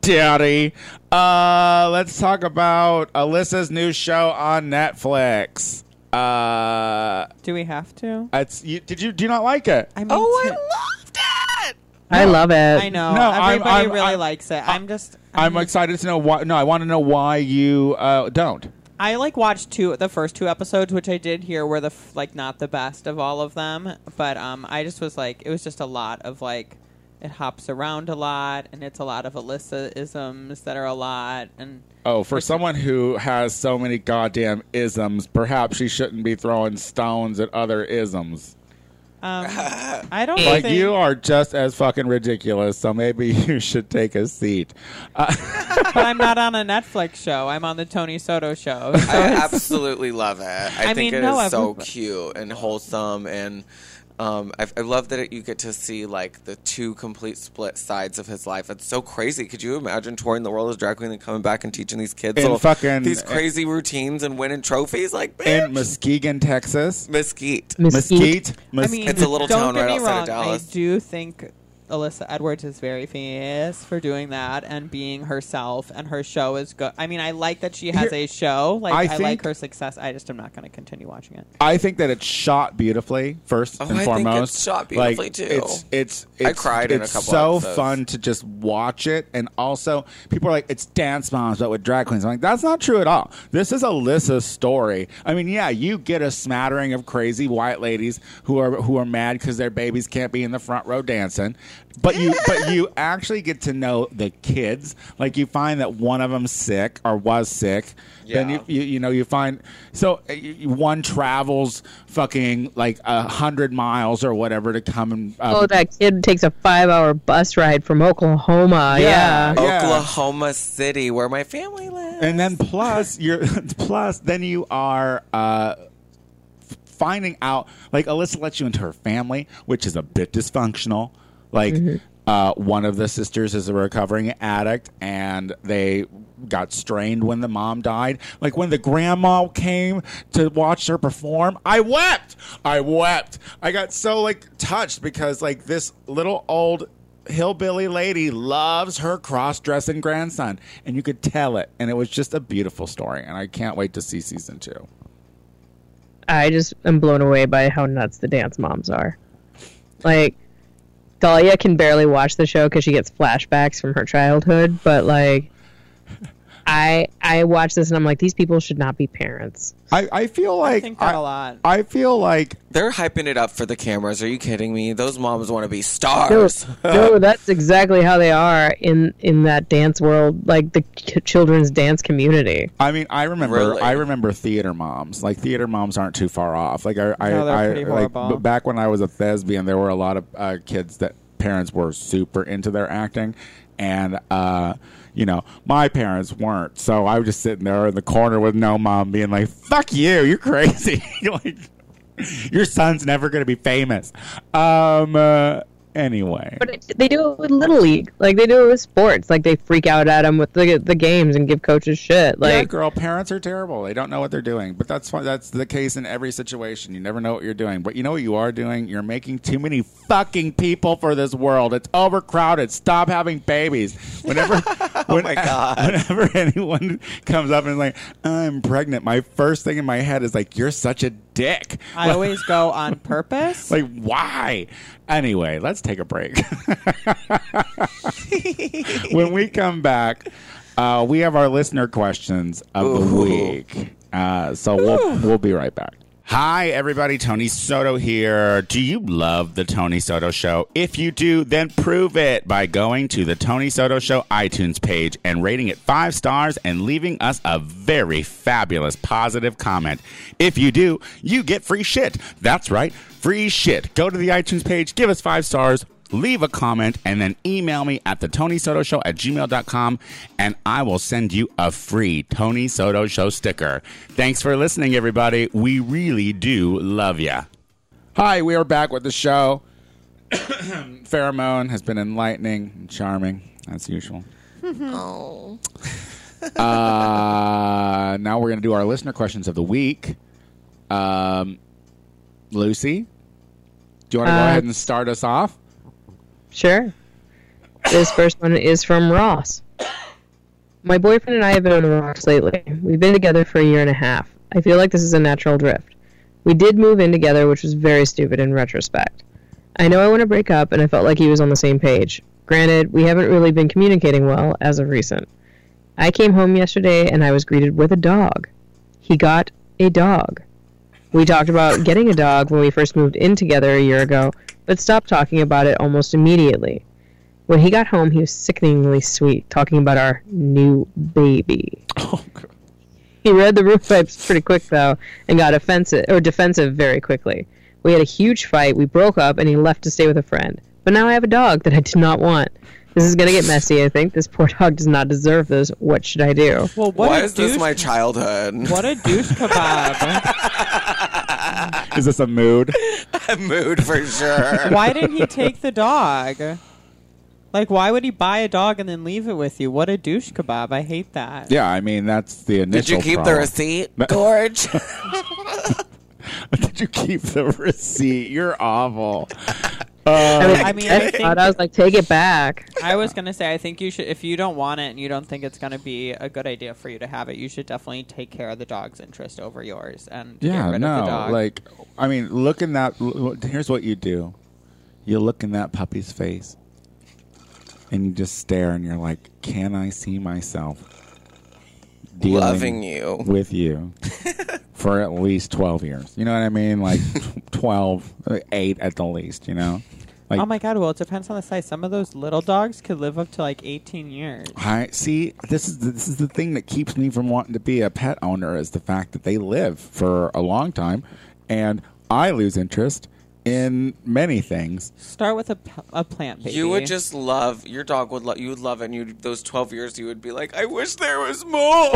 S2: daddy. Uh, let's talk about Alyssa's new show on Netflix. Uh,
S3: Do we have to?
S2: it's you, did you do you not like it?
S3: mean,
S6: Oh, I
S3: to-
S6: loved it.
S5: I love it.
S3: I know.
S2: No, I'm-
S3: Everybody
S2: I'm-
S3: really
S2: I'm-
S3: likes it. I'm just.
S2: I'm excited to know why. No, I want to know why you uh, don't.
S3: I like watched two the first two episodes, which I did hear were the f- like not the best of all of them. But um, I just was like, it was just a lot of like, it hops around a lot, and it's a lot of Alyssa isms that are a lot, and
S2: Oh, for someone who has so many goddamn isms, perhaps she shouldn't be throwing stones at other isms.
S3: um, I don't
S2: Like
S3: think
S2: you are just as fucking ridiculous. So maybe you should take a seat.
S3: but I'm not on a Netflix show. I'm on the Tony Soto show. So
S6: I
S3: it's-
S6: absolutely love it. I, think
S3: mean,
S6: it is
S3: no,
S6: so
S3: everybody-
S6: cute and wholesome, and um, I, I love that it, you get to see like the two complete split sides of his life. It's so crazy. Could you imagine touring the world as drag queen and coming back and teaching these kids
S2: In
S6: little-
S2: fucking-
S6: these crazy routines and winning trophies? Like,
S2: In
S6: bitch,
S2: Muskegon, Texas,
S6: mesquite.
S2: Mesquite.
S3: I
S2: Mesquite.
S3: mean,
S6: It's a little
S3: don't
S6: town
S3: get
S6: right
S3: me
S6: outside of
S3: wrong.
S6: Dallas.
S3: I do think Alyssa Edwards is very famous for doing that and being herself, and her show is good. I mean, I like that she has
S2: Here-
S3: a show. Like,
S2: I
S3: I,
S2: think-
S3: like her success. I just am not going to continue watching it.
S2: I think that it's shot beautifully first
S6: Oh,
S2: and
S6: I think
S2: foremost.
S6: it's shot beautifully,
S2: Like,
S6: too.
S2: It's it's,
S6: I
S2: it's
S6: cried
S2: It's
S6: in a couple
S2: so
S6: episodes.
S2: fun to just watch it, and also people are like, "It's dance moms, but with drag queens." I'm like, that's not true at all. This is Alyssa's story. I mean, yeah, you get a smattering of crazy white ladies who are who are mad because their babies can't be in the front row dancing, But you, but you actually get to know the kids. Like you find that one of them's sick or was sick. Then
S6: Yeah.
S2: you, you, you know, you find so uh, you- you- one travels fucking like a hundred miles or whatever to come and. Um,
S5: Oh, that kid takes a five-hour bus ride from Oklahoma.
S2: Yeah.
S5: Yeah.
S2: Yeah.
S6: Oklahoma City, where my family lives.
S2: and then plus you're plus then you are uh f- finding out like alyssa lets you into her family which is a bit dysfunctional like
S3: Mm-hmm.
S2: uh one of the sisters is a recovering addict and they got strained when the mom died like when the grandma came to watch her perform i wept i wept i got so like touched because like this little old hillbilly lady loves her cross-dressing grandson and you could tell it and it was just a beautiful story and i can't wait to see season two
S5: I just am blown away by how nuts the dance moms are. Like, Dahlia can barely watch the show because she gets flashbacks from her childhood, but like, I I watch this and I'm like, these people should not be parents.
S2: i, I feel like
S3: think that a lot.
S2: I feel like
S6: They're hyping it up for the cameras. Are you kidding me? Those moms want to be stars.
S5: No, no, that's exactly how they are in in that dance world, like the k- children's dance community.
S2: i mean i remember
S6: Really?
S2: i remember theater moms like theater moms aren't too far off like i i,
S3: No, they're
S2: I
S3: pretty
S2: like
S3: horrible.
S2: b- back when i was a thespian there were a lot of uh, kids that parents were super into their acting and uh you know, my parents weren't, so I was just sitting there in the corner with no mom, being like, "Fuck you, you're crazy." like, Your son's never going to be famous. Um. Uh, anyway,
S5: But it, they do it with little league, like they do it with sports, like they freak out at them with the the games and give coaches shit.
S2: yeah,
S5: Like,
S2: girl, parents are terrible. They don't know what they're doing. But that's why that's the case in every situation. You never know what you're doing. But you know what you are doing? You're making too many fucking people for this world. It's overcrowded. Stop having babies. Whenever, oh
S6: my God.
S2: Whenever anyone comes up and is like, I'm pregnant, my first thing in my head is like, you're such a dick.
S3: I always go on purpose.
S2: Like, why? Anyway, let's take a break. when we come back, uh, we have our listener questions of the week. Uh, so we'll we'll be right back. Hi, everybody. Tony Soto here. Do you love the Tony Soto Show? If you do, then prove it by going to the Tony Soto Show iTunes page and rating it five stars and leaving us a very fabulous positive comment. If you do, you get free shit. That's right, free shit. Go to the iTunes page, give us five stars leave a comment and then email me at the tony soto show at gmail.com and i will send you a free tony soto show sticker thanks for listening everybody we really do love ya hi we are back with the show pheromone has been enlightening and charming as usual
S7: Oh.
S2: uh, now we're gonna do our listener questions of the week um, lucy do you want to go
S5: Uh,
S2: ahead and start us off
S5: Sure. This first one is from Ross. My boyfriend and I have been on the rocks lately. We've been together for a year and a half. I feel like this is a natural drift. We did move in together, which was very stupid in retrospect. I know I want to break up, and I felt like he was on the same page. Granted, we haven't really been communicating well as of recent. I came home yesterday and I was greeted with a dog. He got a dog. We talked about getting a dog when we first moved in together a year ago, but stopped talking about it almost immediately. When he got home, he was sickeningly sweet, talking about our new baby. He read the roof pipes pretty quick though, and got offensive or defensive very quickly. We had a huge fight. We broke up, and he left to stay with a friend. But now I have a dog that I did not want. This is gonna get messy. I think this poor dog does not deserve this. What should I do?
S3: well, what
S6: Why
S3: a
S6: is this
S3: douche-
S6: my childhood?
S3: what a douche kebab.
S2: is this a mood
S6: mood for sure.
S3: why did he take the dog? Like, why would he buy a dog and then leave it with you? What a douche kebab. I hate that.
S2: Yeah, I mean that's the initial.
S6: Did you keep the
S2: problem.
S6: receipt, Gorge?
S2: Did you keep the receipt? You're awful.
S3: I mean, I think
S5: thought I was like, take it back.
S3: I was gonna say, I think you should. If you don't want it and you don't think it's gonna be a good idea for you to have it, you should definitely take care of the dog's interest over yours and get
S2: Yeah,
S3: rid of the
S2: no,
S3: dog.
S2: like I mean, look in that. l- l- Here's what you do: you look in that puppy's face, and you just stare, and you're like, "Can I see myself dealing
S6: Loving you.
S2: with you for at least twelve years?" You know what I mean? Like tw- twelve, like, eight at the least. You know. Like,
S3: oh my god! Well, it depends on the size. Some of those little dogs could live up to like 18 years.
S2: I see. This is the, this is the thing that keeps me from wanting to be a pet owner is the fact that they live for a long time, and I lose interest in many things.
S3: Start with a, p- a plant baby.
S6: You would just love your dog would love you would love it and you those 12 years you would be like I wish there was more.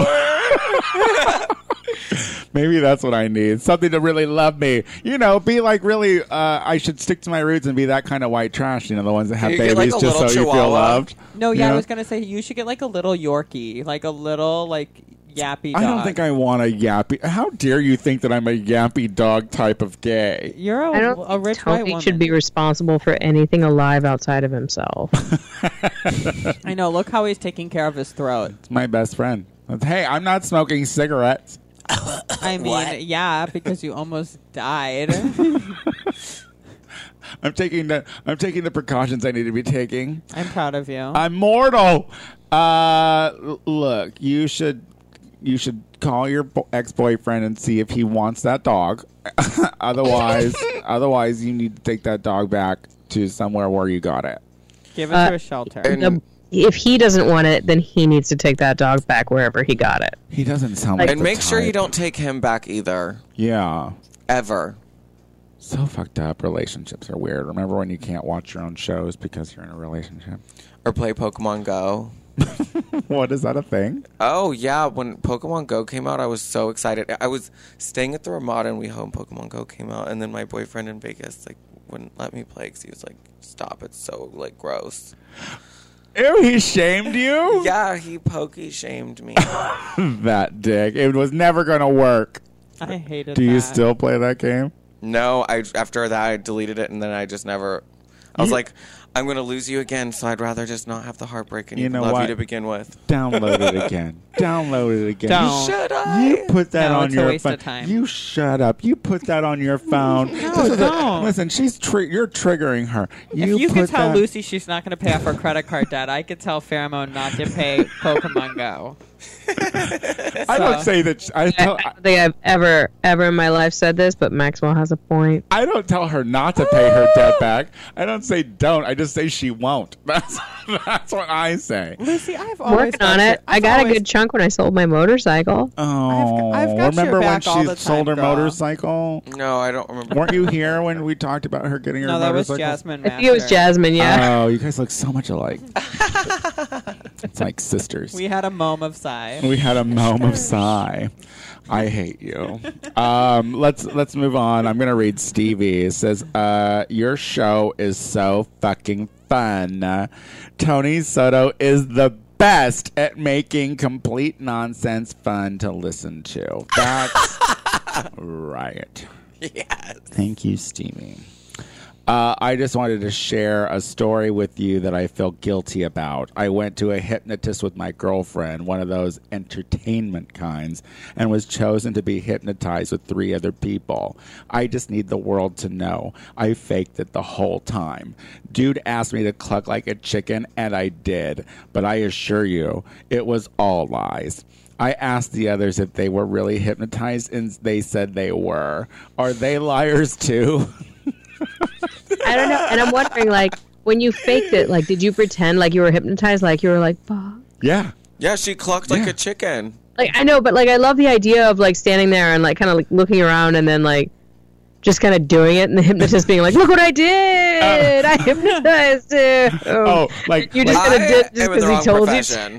S2: Maybe that's what I need something to really love me. You know, be like really. Uh, I should stick to my roots and be that kind of white trash. You know, the ones that have
S6: You
S2: babies
S6: get, like, a
S2: just so
S6: little
S2: you feel
S6: chihuahua.
S2: loved.
S3: no. Yeah,
S2: You
S3: I
S2: know?
S3: was gonna say you should get like a little Yorkie, like a little like yappy. Dog.
S2: I don't think I want a yappy. How dare you think that I'm a yappy dog type of gay?
S3: You're a,
S5: I don't
S3: a
S5: think
S3: rich white
S5: Tony
S3: woman.
S5: should be responsible for anything alive outside of himself.
S3: I know. Look how he's taking care of his throat.
S2: It's my best friend. Hey, I'm not smoking cigarettes.
S3: I mean, yeah, because you almost died.
S2: I'm taking the I'm taking the precautions I need to be taking.
S3: I'm proud of you.
S2: I'm mortal. Uh, l- look, you should you should call your bo- ex-boyfriend and see if he wants that dog. otherwise, otherwise you need to take that dog back to somewhere where you got it.
S3: Give it
S5: Uh,
S3: to a shelter.
S5: The- if he doesn't want it, then he needs to take that dog back wherever he got it.
S2: He doesn't sound like
S5: Like-
S6: and
S2: the
S6: make sure you
S2: type.
S6: don't take him back either
S2: Yeah.
S6: ever.
S2: So fucked up. Relationships are weird. Remember when you can't watch your own shows because you're in a relationship?
S6: Or play Pokemon Go.
S2: What is that a thing?
S6: Oh yeah, when Pokemon Go came out, I was so excited. I was staying at the Ramada in WeHo, and Pokemon Go came out, and then my boyfriend in Vegas like wouldn't let me play because he was like, "Stop! It's so like gross."
S2: Ew, he shamed you?
S6: Yeah, he pokey shamed me.
S2: That dick. It was never going to work.
S3: I hated.
S2: Do you
S3: that.
S2: still play that game?
S6: no, I after that I deleted it, and then I just never. I was like, "I'm gonna lose you again," so I'd rather just not have the heartbreak and
S2: You
S6: even
S2: know
S6: love
S2: what?
S6: you to begin with.
S2: Download it again. Download it again.
S3: Don't.
S6: Should I?
S2: You put that
S3: No,
S2: on
S3: it's a
S2: your
S3: waste
S2: phone.
S3: of time.
S2: You shut up. You put that on your phone. This is a-
S3: don't.
S2: listen, she's tri- you're triggering her. You,
S3: If you
S2: put
S3: could tell
S2: that-
S3: Lucy she's not going to pay off her credit card debt, I could tell Pheromone not to pay Pokemon Go.
S2: I don't say that. sh- I
S5: I,
S2: tell.
S5: I don't think I've ever, ever in my life said this, but Maxwell has a point.
S2: I don't tell her not to pay her debt back. I don't say don't. I just say she won't. That's that's what I say.
S3: Lucy, I've always
S5: Working on it. I got a good chunk when I sold my motorcycle.
S2: Oh,
S3: I've got your
S2: remember when
S3: back all
S2: she
S3: the time,
S2: sold her
S3: girl.
S2: motorcycle?
S6: No, I don't remember.
S2: Weren't you here when we talked about her getting her
S3: No, that was
S2: motorcycle?
S3: Jasmine.
S5: I think it was
S3: Master.
S5: Jasmine, yeah.
S2: Oh, you guys look so much alike. it's like sisters.
S3: We had a mom of sigh.
S2: We had a moment of sigh. I hate you. Um, let's let's move on. I'm gonna read Stevie. It says, uh, "Your show is so fucking fun. Tony Soto is the best at making complete nonsense fun to listen to." That's right. Yes. Thank you, Stevie. Uh, I just wanted to share a story with you that I feel guilty about. I went to a hypnotist with my girlfriend, one of those entertainment kinds, and was chosen to be hypnotized with three other people. I just need the world to know. I faked it the whole time. Dude asked me to cluck like a chicken, and I did, but I assure you, it was all lies. I asked the others if they were really hypnotized, and they said they were. Are they liars too?
S3: Uh,
S5: I don't know. And I'm wondering, like, when you faked it, like, did you pretend like you were hypnotized? Like, you were like, fuck.
S2: Yeah.
S6: Yeah, she clucked like
S2: Yeah.
S6: a chicken.
S5: Like, I know, but, like, I love the idea of, like, standing there and, like, kind of like, looking around and then, like, just kind of doing it and the hypnotist being like, look what I
S6: Oh.
S5: did! I hypnotized you!
S2: Oh, like
S5: You
S2: like,
S5: just
S6: I
S5: gotta dip just
S6: am in the
S5: because he
S6: wrong
S5: told you.
S6: profession.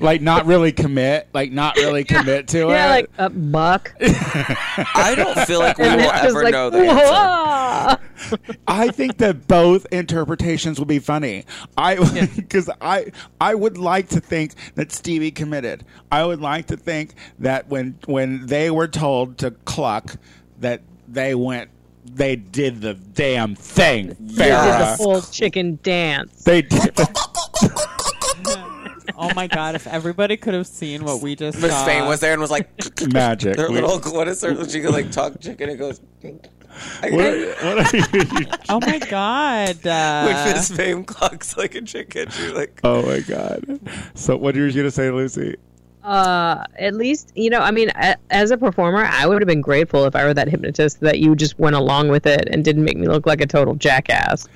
S2: like not really commit, like not really commit to
S5: Oh. Yeah,
S2: it.
S5: like a buck.
S6: I don't feel like we
S5: And
S6: will
S5: it's just
S6: ever
S5: like,
S6: know the answer.
S5: "Whoa!"
S2: I think that both interpretations will be funny. I because I I would like to think that Stevie committed. I would like to think that when when they were told to cluck, that they went, they did the damn thing.
S5: Did
S2: Farrah.
S6: Uh.
S5: the whole chicken dance.
S2: They did.
S3: Oh my god! If everybody could have seen what we just
S6: Miss
S3: saw.
S6: Fame was there and was like,
S2: magic.
S6: their
S2: We-
S6: little what is her? She could like talk chicken and goes. I
S2: what are- what are you-
S3: Oh my god!
S6: When
S3: Uh,
S6: Miss Fame clucks like a chicken, she's like,
S2: oh my god! So what were you gonna say, Lucy?
S5: Uh, at least, you know, I mean, a- as a performer, I would have been grateful if I were that hypnotist that you just went along with it and didn't make me look like a total jackass.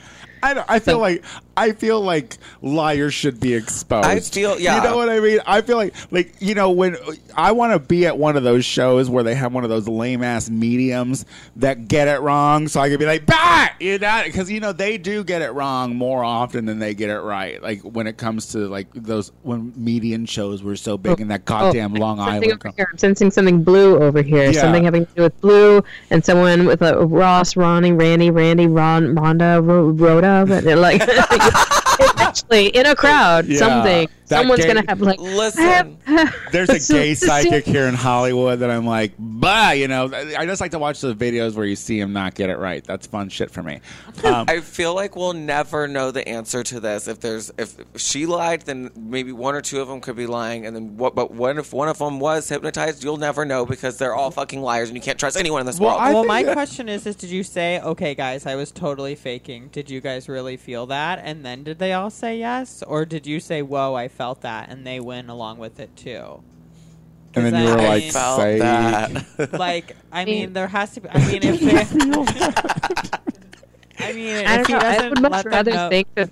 S2: I, don't, I feel like I feel like liars should be exposed.
S6: I feel- yeah.
S2: You know what I mean? I feel like like you know when I want to be at one of those shows where they have one of those lame ass mediums that get it wrong, so I can be like, "Bah!" You know, because you know they do get it wrong more often than they get it right. Like when it comes to like those when median shows were so big in that goddamn
S5: Oh,
S2: Long
S5: I'm
S2: Island.
S5: sensing over here. I'm sensing something blue over here.
S2: Yeah.
S5: Something having to do with blue, and someone with a Ross, Ronnie, Randy, Randy, Ron, Rhonda, Ro- Rhoda, but they're like actually in a crowd,
S2: Yeah.
S5: something.
S2: That
S5: Someone's
S2: gay-
S5: gonna have like
S6: Listen,
S2: There's a
S5: So-
S2: gay
S5: so-
S2: psychic here in Hollywood that I'm like, bah, you know. I just like to watch the videos where you see him not get it right. That's fun shit for me. Um,
S6: I feel like we'll never know the answer to this. If there's if she lied, then maybe one or two of them could be lying, and then what? But what if one of them was hypnotized? You'll never know because they're all fucking liars, and you can't trust anyone in this
S2: Well,
S6: world.
S2: I-
S3: well,
S2: think
S3: my
S2: that-
S3: question is: Is did you say, "Okay, guys, I was totally faking"? Did you guys really feel that? And then did they all say yes, or did you say, "Whoa, I felt that," and they went along with it too?
S2: and then you
S3: I
S2: were
S6: I
S2: like,
S6: felt
S2: psych.
S6: that.
S3: Like, I mean,
S5: mean-
S3: there has to be. I mean, if they, I mean,
S5: I
S3: if
S5: don't
S3: he
S5: know. I
S3: doesn't
S5: would much
S3: let them
S5: rather
S3: know-
S5: think that.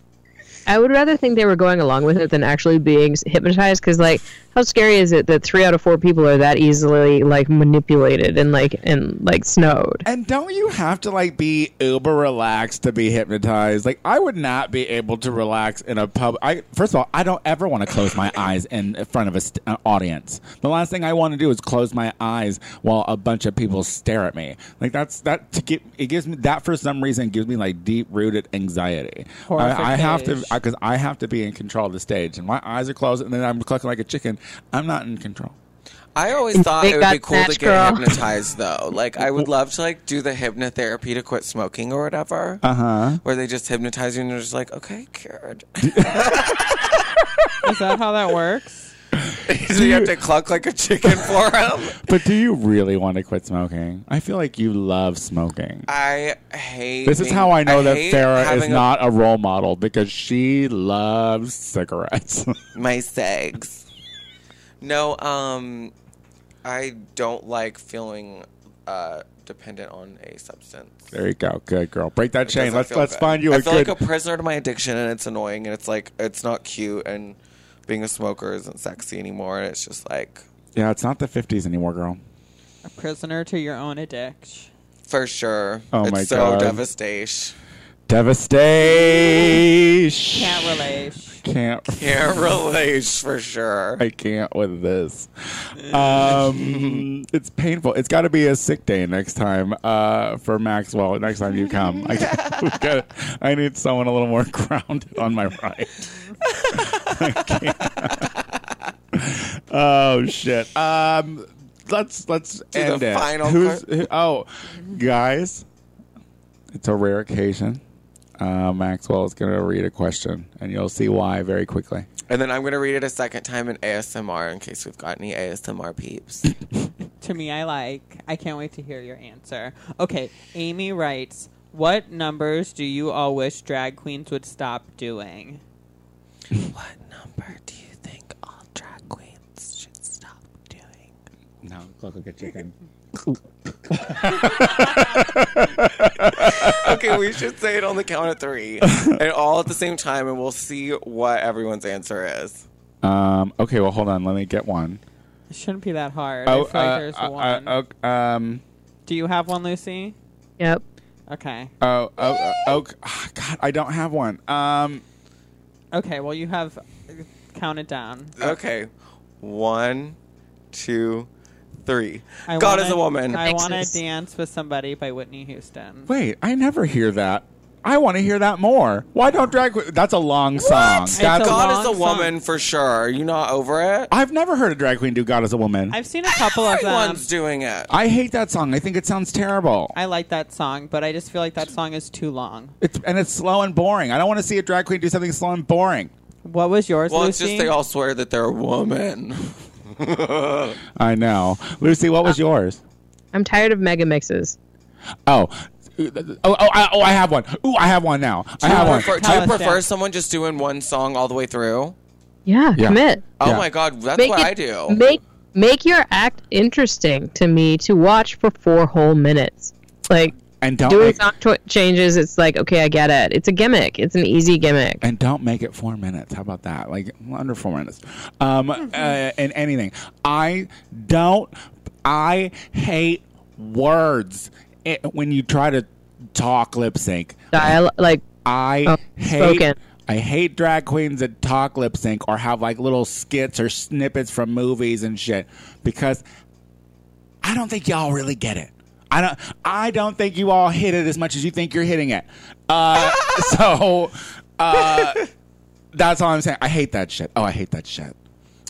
S5: I would rather think they were going along with it than actually being hypnotized. Because like, how scary is it that three out of four people are that easily like manipulated and like and like snowed?
S2: And don't you have to like be uber relaxed to be hypnotized? Like I would not be able to relax in a pub. I first of all, I don't ever want to close my eyes in front of a st- an audience. The last thing I want to do is close my eyes while a bunch of people stare at me. Like that's that to get it gives me that for some reason gives me like deep rooted anxiety. I, I have to
S3: Horrific-ish.
S2: because I have to be in control of the stage, and my eyes are closed, and then I'm clucking like a chicken. I'm not in control.
S6: I always thought
S5: They
S6: it would
S5: got
S6: be cool to
S5: snatch
S6: get
S5: girl.
S6: hypnotized, though. Like, I would love to like do the hypnotherapy to quit smoking or whatever,
S2: Uh huh.
S6: where they just hypnotize you and they're just like, "Okay, cured."
S3: Is that how that works?
S6: so you have to cluck like a chicken for them.
S2: But do you really want to quit smoking? I feel like you love smoking.
S6: I hate.
S2: This is
S6: being-
S2: how I know that
S6: hate
S2: Sarah is
S6: having a-
S2: not a role model because she loves cigarettes.
S6: my segs. No, um, I don't like feeling uh, dependent on a substance.
S2: there you go, good girl. Break that chain.
S6: Doesn't
S2: Let's
S6: feel
S2: let's
S6: good.
S2: find you
S6: I
S2: a
S6: feel
S2: good.
S6: like a prisoner to my addiction, and it's annoying, and it's like it's not cute, and being a smoker isn't sexy anymore, and it's just like
S2: yeah, it's not the fifties anymore, girl.
S3: A prisoner to your own addiction.
S6: for sure.
S2: Oh
S6: it's
S2: my
S6: so
S2: God.
S6: devastation.
S2: Devastation.
S3: Can't relate.
S2: Can't.
S6: Yeah, relate for sure.
S2: I can't with this. Um, it's painful. It's got to be a sick day next time uh, for Maxwell. Next time you come, I, we gotta- I need someone a little more grounded on my right. I can't. oh shit. Um, let's let's
S6: Do the
S2: end it.
S6: final
S2: Who's- who- oh, guys, it's a rare occasion. Uh, Maxwell is going to read a question, and you'll see why very quickly.
S6: And then I'm gonna read it a second time in ASMR in case we've got any ASMR peeps.
S3: To me, I like. I can't wait to hear your answer. Okay, Amy writes, "What numbers do you all wish drag queens would stop doing?"
S7: What number do you think all drag queens should stop doing?
S2: No, look like a chicken.
S6: okay, we should say it on the count of three and all at the same time, and we'll see what everyone's answer is.
S2: Um, okay, well, hold on. Let me get one.
S3: It shouldn't be that hard. I
S2: Oh,
S3: feel like
S2: uh,
S3: there's
S2: uh,
S3: one.
S2: uh, oh, um,
S3: do you have one, Lucy?
S5: Yep.
S3: Okay.
S2: oh, oh, oh, oh, ah, God, I don't have one. Um,
S3: Okay. Well, you have uh, counted down.
S6: Okay, one, two, three.
S3: I
S6: God
S3: wanna-
S6: is a woman.
S3: I
S5: Makes
S3: want to
S5: sense.
S3: dance with somebody by Whitney Houston.
S2: wait, I never hear that. I want to hear that more. Why don't drag? que- That's a long song.
S3: It's
S2: That's-
S3: a
S6: God is a
S3: long
S6: woman
S3: song.
S6: for sure. Are you not over it?
S2: I've never heard a drag queen do "God as a Woman." i
S3: I've seen a couple of them.
S6: Everyone's doing it.
S2: hate that song. I think it sounds terrible.
S3: I like that song, but I just feel like that song is too long.
S2: it's and it's slow and boring. I don't want to see a drag queen do something slow and boring.
S3: What was yours,
S6: Well, it's
S3: Lucy?
S6: just they all swear that they're a woman.
S2: I know, Lucy. What
S3: Uh,
S2: was yours?
S5: I'm tired of mega mixes.
S2: Oh. Oh, oh, I, oh! I have one. Ooh, I have one now. I have
S6: I
S2: one.
S6: prefer, do
S3: Tell
S6: you
S3: us
S6: prefer
S3: that.
S6: someone just doing one song all the way through?
S5: Yeah,
S2: Yeah.
S5: commit.
S6: Oh
S2: Yeah.
S6: my God, that's
S5: Make
S6: what
S5: it-
S6: I do.
S5: Make make your act interesting to me to watch for four whole minutes. Like
S2: and don't
S5: Doing
S2: make,
S5: song cho- changes, it's like, okay, I get it. It's a gimmick. It's an easy gimmick.
S2: and don't make it four minutes. How about that? Like under four minutes. Um, uh, and anything. I don't. I hate words it, when you try to talk lip sync.
S5: Dial- like,
S2: I
S5: Oh,
S2: hate.
S5: spoken.
S2: I hate drag queens that talk lip sync or have like little skits or snippets from movies and shit because I don't think y'all really get it. I don't. I don't think you all hit it as much as you think you're hitting it. Uh, so uh, that's all I'm saying. I hate that shit. Oh, I hate that shit.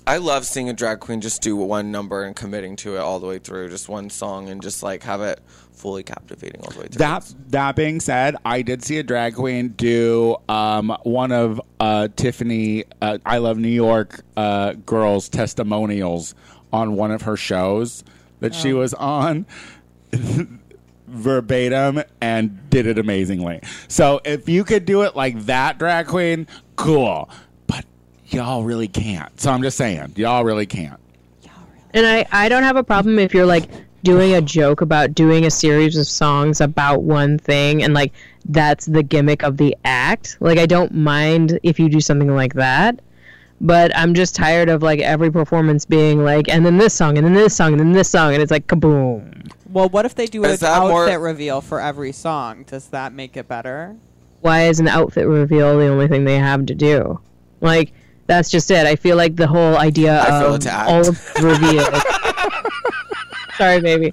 S6: I love seeing a drag queen just do one number and committing to it all the way through, just one song, and just like have it fully captivating all the way through.
S2: That that being said, I did see a drag queen do um, one of uh, Tiffany uh, I Love New York uh, girls testimonials on one of her shows that she
S5: Oh.
S2: was on verbatim and did it amazingly. So if you could do it like that drag queen, cool. But y'all really can't. So I'm just saying, y'all really can't.
S5: and I, I don't have a problem if you're like doing a joke about doing a series of songs about one thing and like that's the gimmick of the act. Like I don't mind if you do something like that. But I'm just tired of like every performance being like, and then this song, and then this song, and then this song, and it's like kaboom.
S3: Well, what if they do
S6: Is
S3: an
S6: that
S3: outfit
S6: more-
S3: reveal for every song? Does that make it better?
S5: why is an outfit reveal the only thing they have to do? Like that's just it. I feel like the whole idea
S6: I feel
S5: of
S6: it's an act.
S5: all of the reveals. Sorry, baby.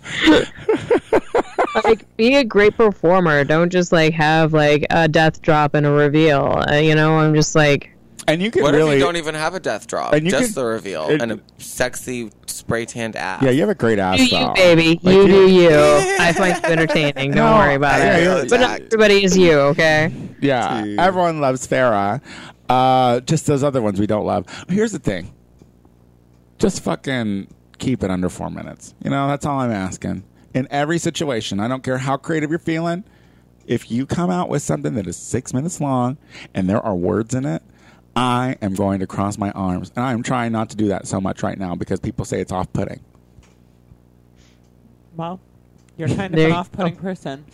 S5: like be a great performer. Don't just like have like a death drop and a reveal. Uh, you know, I'm just like
S2: And you can
S6: What
S2: really
S6: if you don't even have a death drop?
S2: And you
S6: just
S2: could-
S6: the reveal
S2: it-
S6: and a sexy spray tanned ass.
S2: Yeah, you have a great ass.
S5: do
S2: though.
S5: you, baby.
S2: Like,
S5: you, do you. I find you entertaining. Don't
S2: No,
S5: worry about
S2: yeah,
S5: it.
S2: you're-
S5: But not everybody is you, okay?
S2: Yeah, everyone loves Farah. Uh, just those other ones we don't love. Here's the thing. Just fucking keep it under four minutes. You know, that's all I'm asking. In every situation, I don't care how creative you're feeling. If you come out with something that is six minutes long and there are words in it, I am going to cross my arms. And I'm trying not to do that so much right now because people say it's off putting.
S3: Well, you're kind of
S5: There
S3: an
S5: you
S3: off-putting person.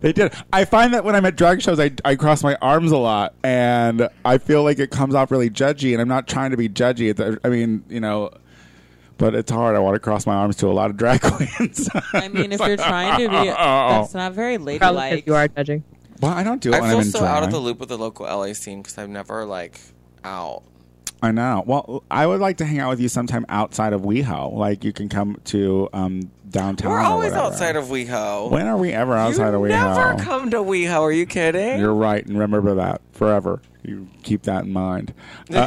S2: They did. I find that when I'm at drag shows, I, I cross my arms a lot, and I feel like it comes off really judgy. And I'm not trying to be judgy. It's- I mean, you know, but it's hard. I want to cross my arms to a lot of drag queens.
S3: I mean, if you're trying to be, that's not very
S5: Probably
S3: ladylike.
S5: if you are judging.
S2: well, I don't do it
S6: I
S2: when I'm
S6: feel
S2: in
S6: so
S2: drag.
S6: out of the loop with the local LA scene because I'm never like out.
S2: I know. Well, I would like to hang out with you sometime outside of WeHo. Like you can come to um, downtown.
S6: We're
S2: or
S6: always
S2: whatever.
S6: outside of WeHo.
S2: When are we ever outside
S6: you
S2: of WeHo?
S6: never come to WeHo. Are you kidding?
S2: You're right, and remember that forever. You keep that in mind.
S6: You're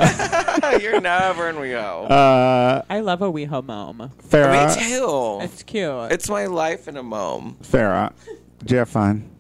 S6: never in WeHo.
S2: Uh,
S3: I love a WeHo mom.
S2: Farah,
S6: Me too.
S3: It's cute.
S6: It's my life in a mom.
S2: Farah, did you have fun?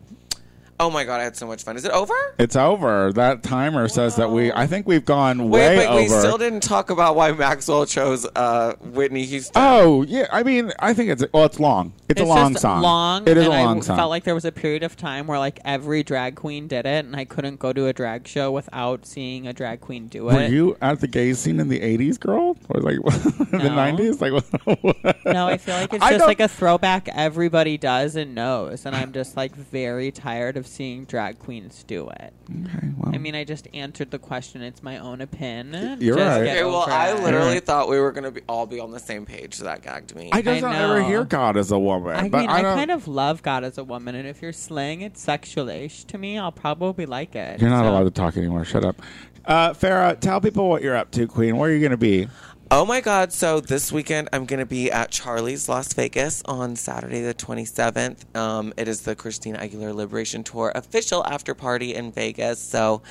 S6: Oh my god, I had so much fun. Is it over?
S2: It's over. That timer says that we. I think we've gone way
S6: Wait, but
S2: over.
S6: we still didn't talk about why Maxwell chose uh, Whitney Houston.
S2: oh yeah. I mean, I think it's well. It's long. It's, a long
S3: just
S2: song.
S3: Long.
S2: It is
S3: and
S2: a long
S3: I
S2: song.
S3: felt like there was a period of time where like every drag queen did it, and I couldn't go to a drag show without seeing a drag queen do it.
S2: Were you at the gay scene in the '80s, girl, or like the
S3: No.
S2: '90s? Like what?
S3: No, I feel like it's
S2: I
S3: just
S2: don't-
S3: like a throwback everybody does and knows, and I'm just like very tired of seeing drag queens do it.
S2: Okay, well,
S3: I mean, I just answered the question. It's my own opinion.
S2: You're
S3: Just
S2: right.
S3: get
S6: Okay, well,
S3: over
S6: I
S3: it.
S6: literally thought we were gonna be, all be on the same page. So that gagged me.
S2: I just
S3: I
S2: don't ever
S3: know.
S2: hear God as a woman.
S3: I
S2: but
S3: mean,
S2: I,
S3: I,
S2: don't,
S3: kind of love God as a woman, and if you're slaying it sexualish to me, I'll probably like it.
S2: You're not
S3: So-
S2: allowed to talk anymore. Shut up, uh, Farah. Tell people what you're up to, Queen. Where are you going to be?
S6: Oh my God. So this weekend, I'm going to be at Charlie's Las Vegas on Saturday, the 27th. Um, it is the Christine Aguilera Liberation Tour official after party in Vegas. So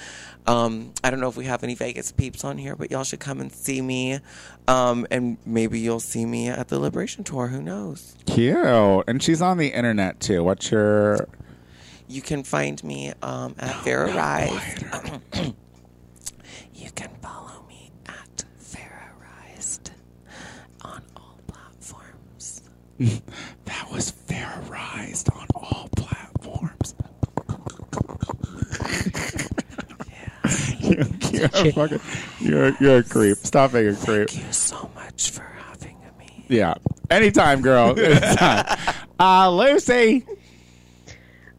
S6: um, I don't know if we have any Vegas peeps on here, but y'all should come and see me. Um, and maybe you'll see me at the Liberation Tour. Who knows?
S2: Cute. And she's on the internet too. What's your?
S6: You can find me um, at Vera Rise. you can follow me at Vera Rise on all platforms.
S2: That was Farahized on all platforms. You're- you're, a fucking, you're, you're a creep. Stop being a creep.
S6: Thank you so much for having me.
S2: Yeah. Anytime, girl. Anytime. Uh, Lucy.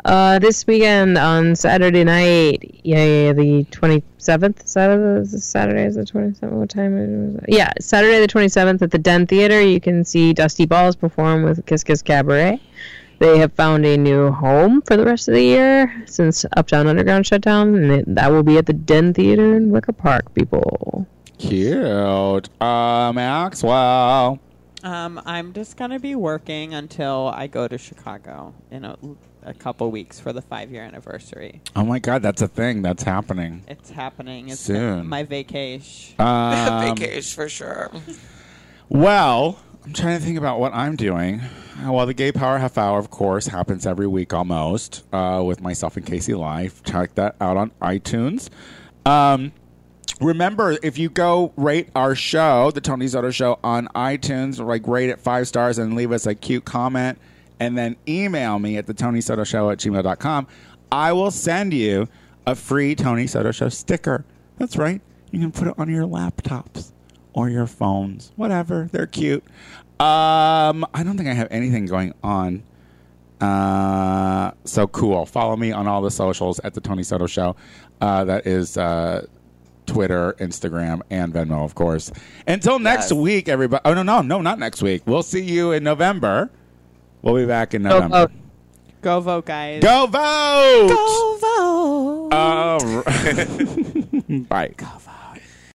S5: Uh, this weekend on Saturday night, yeah, yeah, the 27th, Saturday, is it Saturday is the 27th, what time is it? Yeah, Saturday the 27th at the Den Theater, you can see Dusty Balls perform with Kiss Kiss Cabaret. They have found a new home for the rest of the year since Uptown Underground shut down, and it, that will be at the Den Theater in Wicker Park, people.
S2: Cute. Uh, Maxwell.
S3: Um, I'm just gonna be working until I go to Chicago in a, a couple weeks for the five year anniversary.
S2: Oh my God, that's a thing. That's happening.
S3: It's happening. It's
S2: Soon.
S3: my vacation.
S2: Um,
S6: Vacation for sure.
S2: Well, I'm trying to think about what I'm doing. Uh, Well, the Gay Power Half Hour, of course, happens every week almost uh, with myself and Casey Live. Check that out on iTunes. Um, remember, if you go rate our show, the Tony Soto Show, on iTunes, like rate it five stars and leave us a cute comment, and then email me at the Tony Soto Show at gmail.com, I will send you a free Tony Soto Show sticker. That's right. You can put it on your laptops or your phones, whatever. They're cute. Um, I don't think I have anything going on. Uh, so cool. Follow me on all the socials at the Tony Soto Show. Uh, that is uh, Twitter, Instagram, and Venmo, of course. Until next week, everybody. Oh no, no, no, not next week. We'll see you in November. We'll be back in
S5: Go
S2: November.
S5: vote.
S3: go vote, guys.
S2: Go vote. Go vote. All right. Bye. Go vote.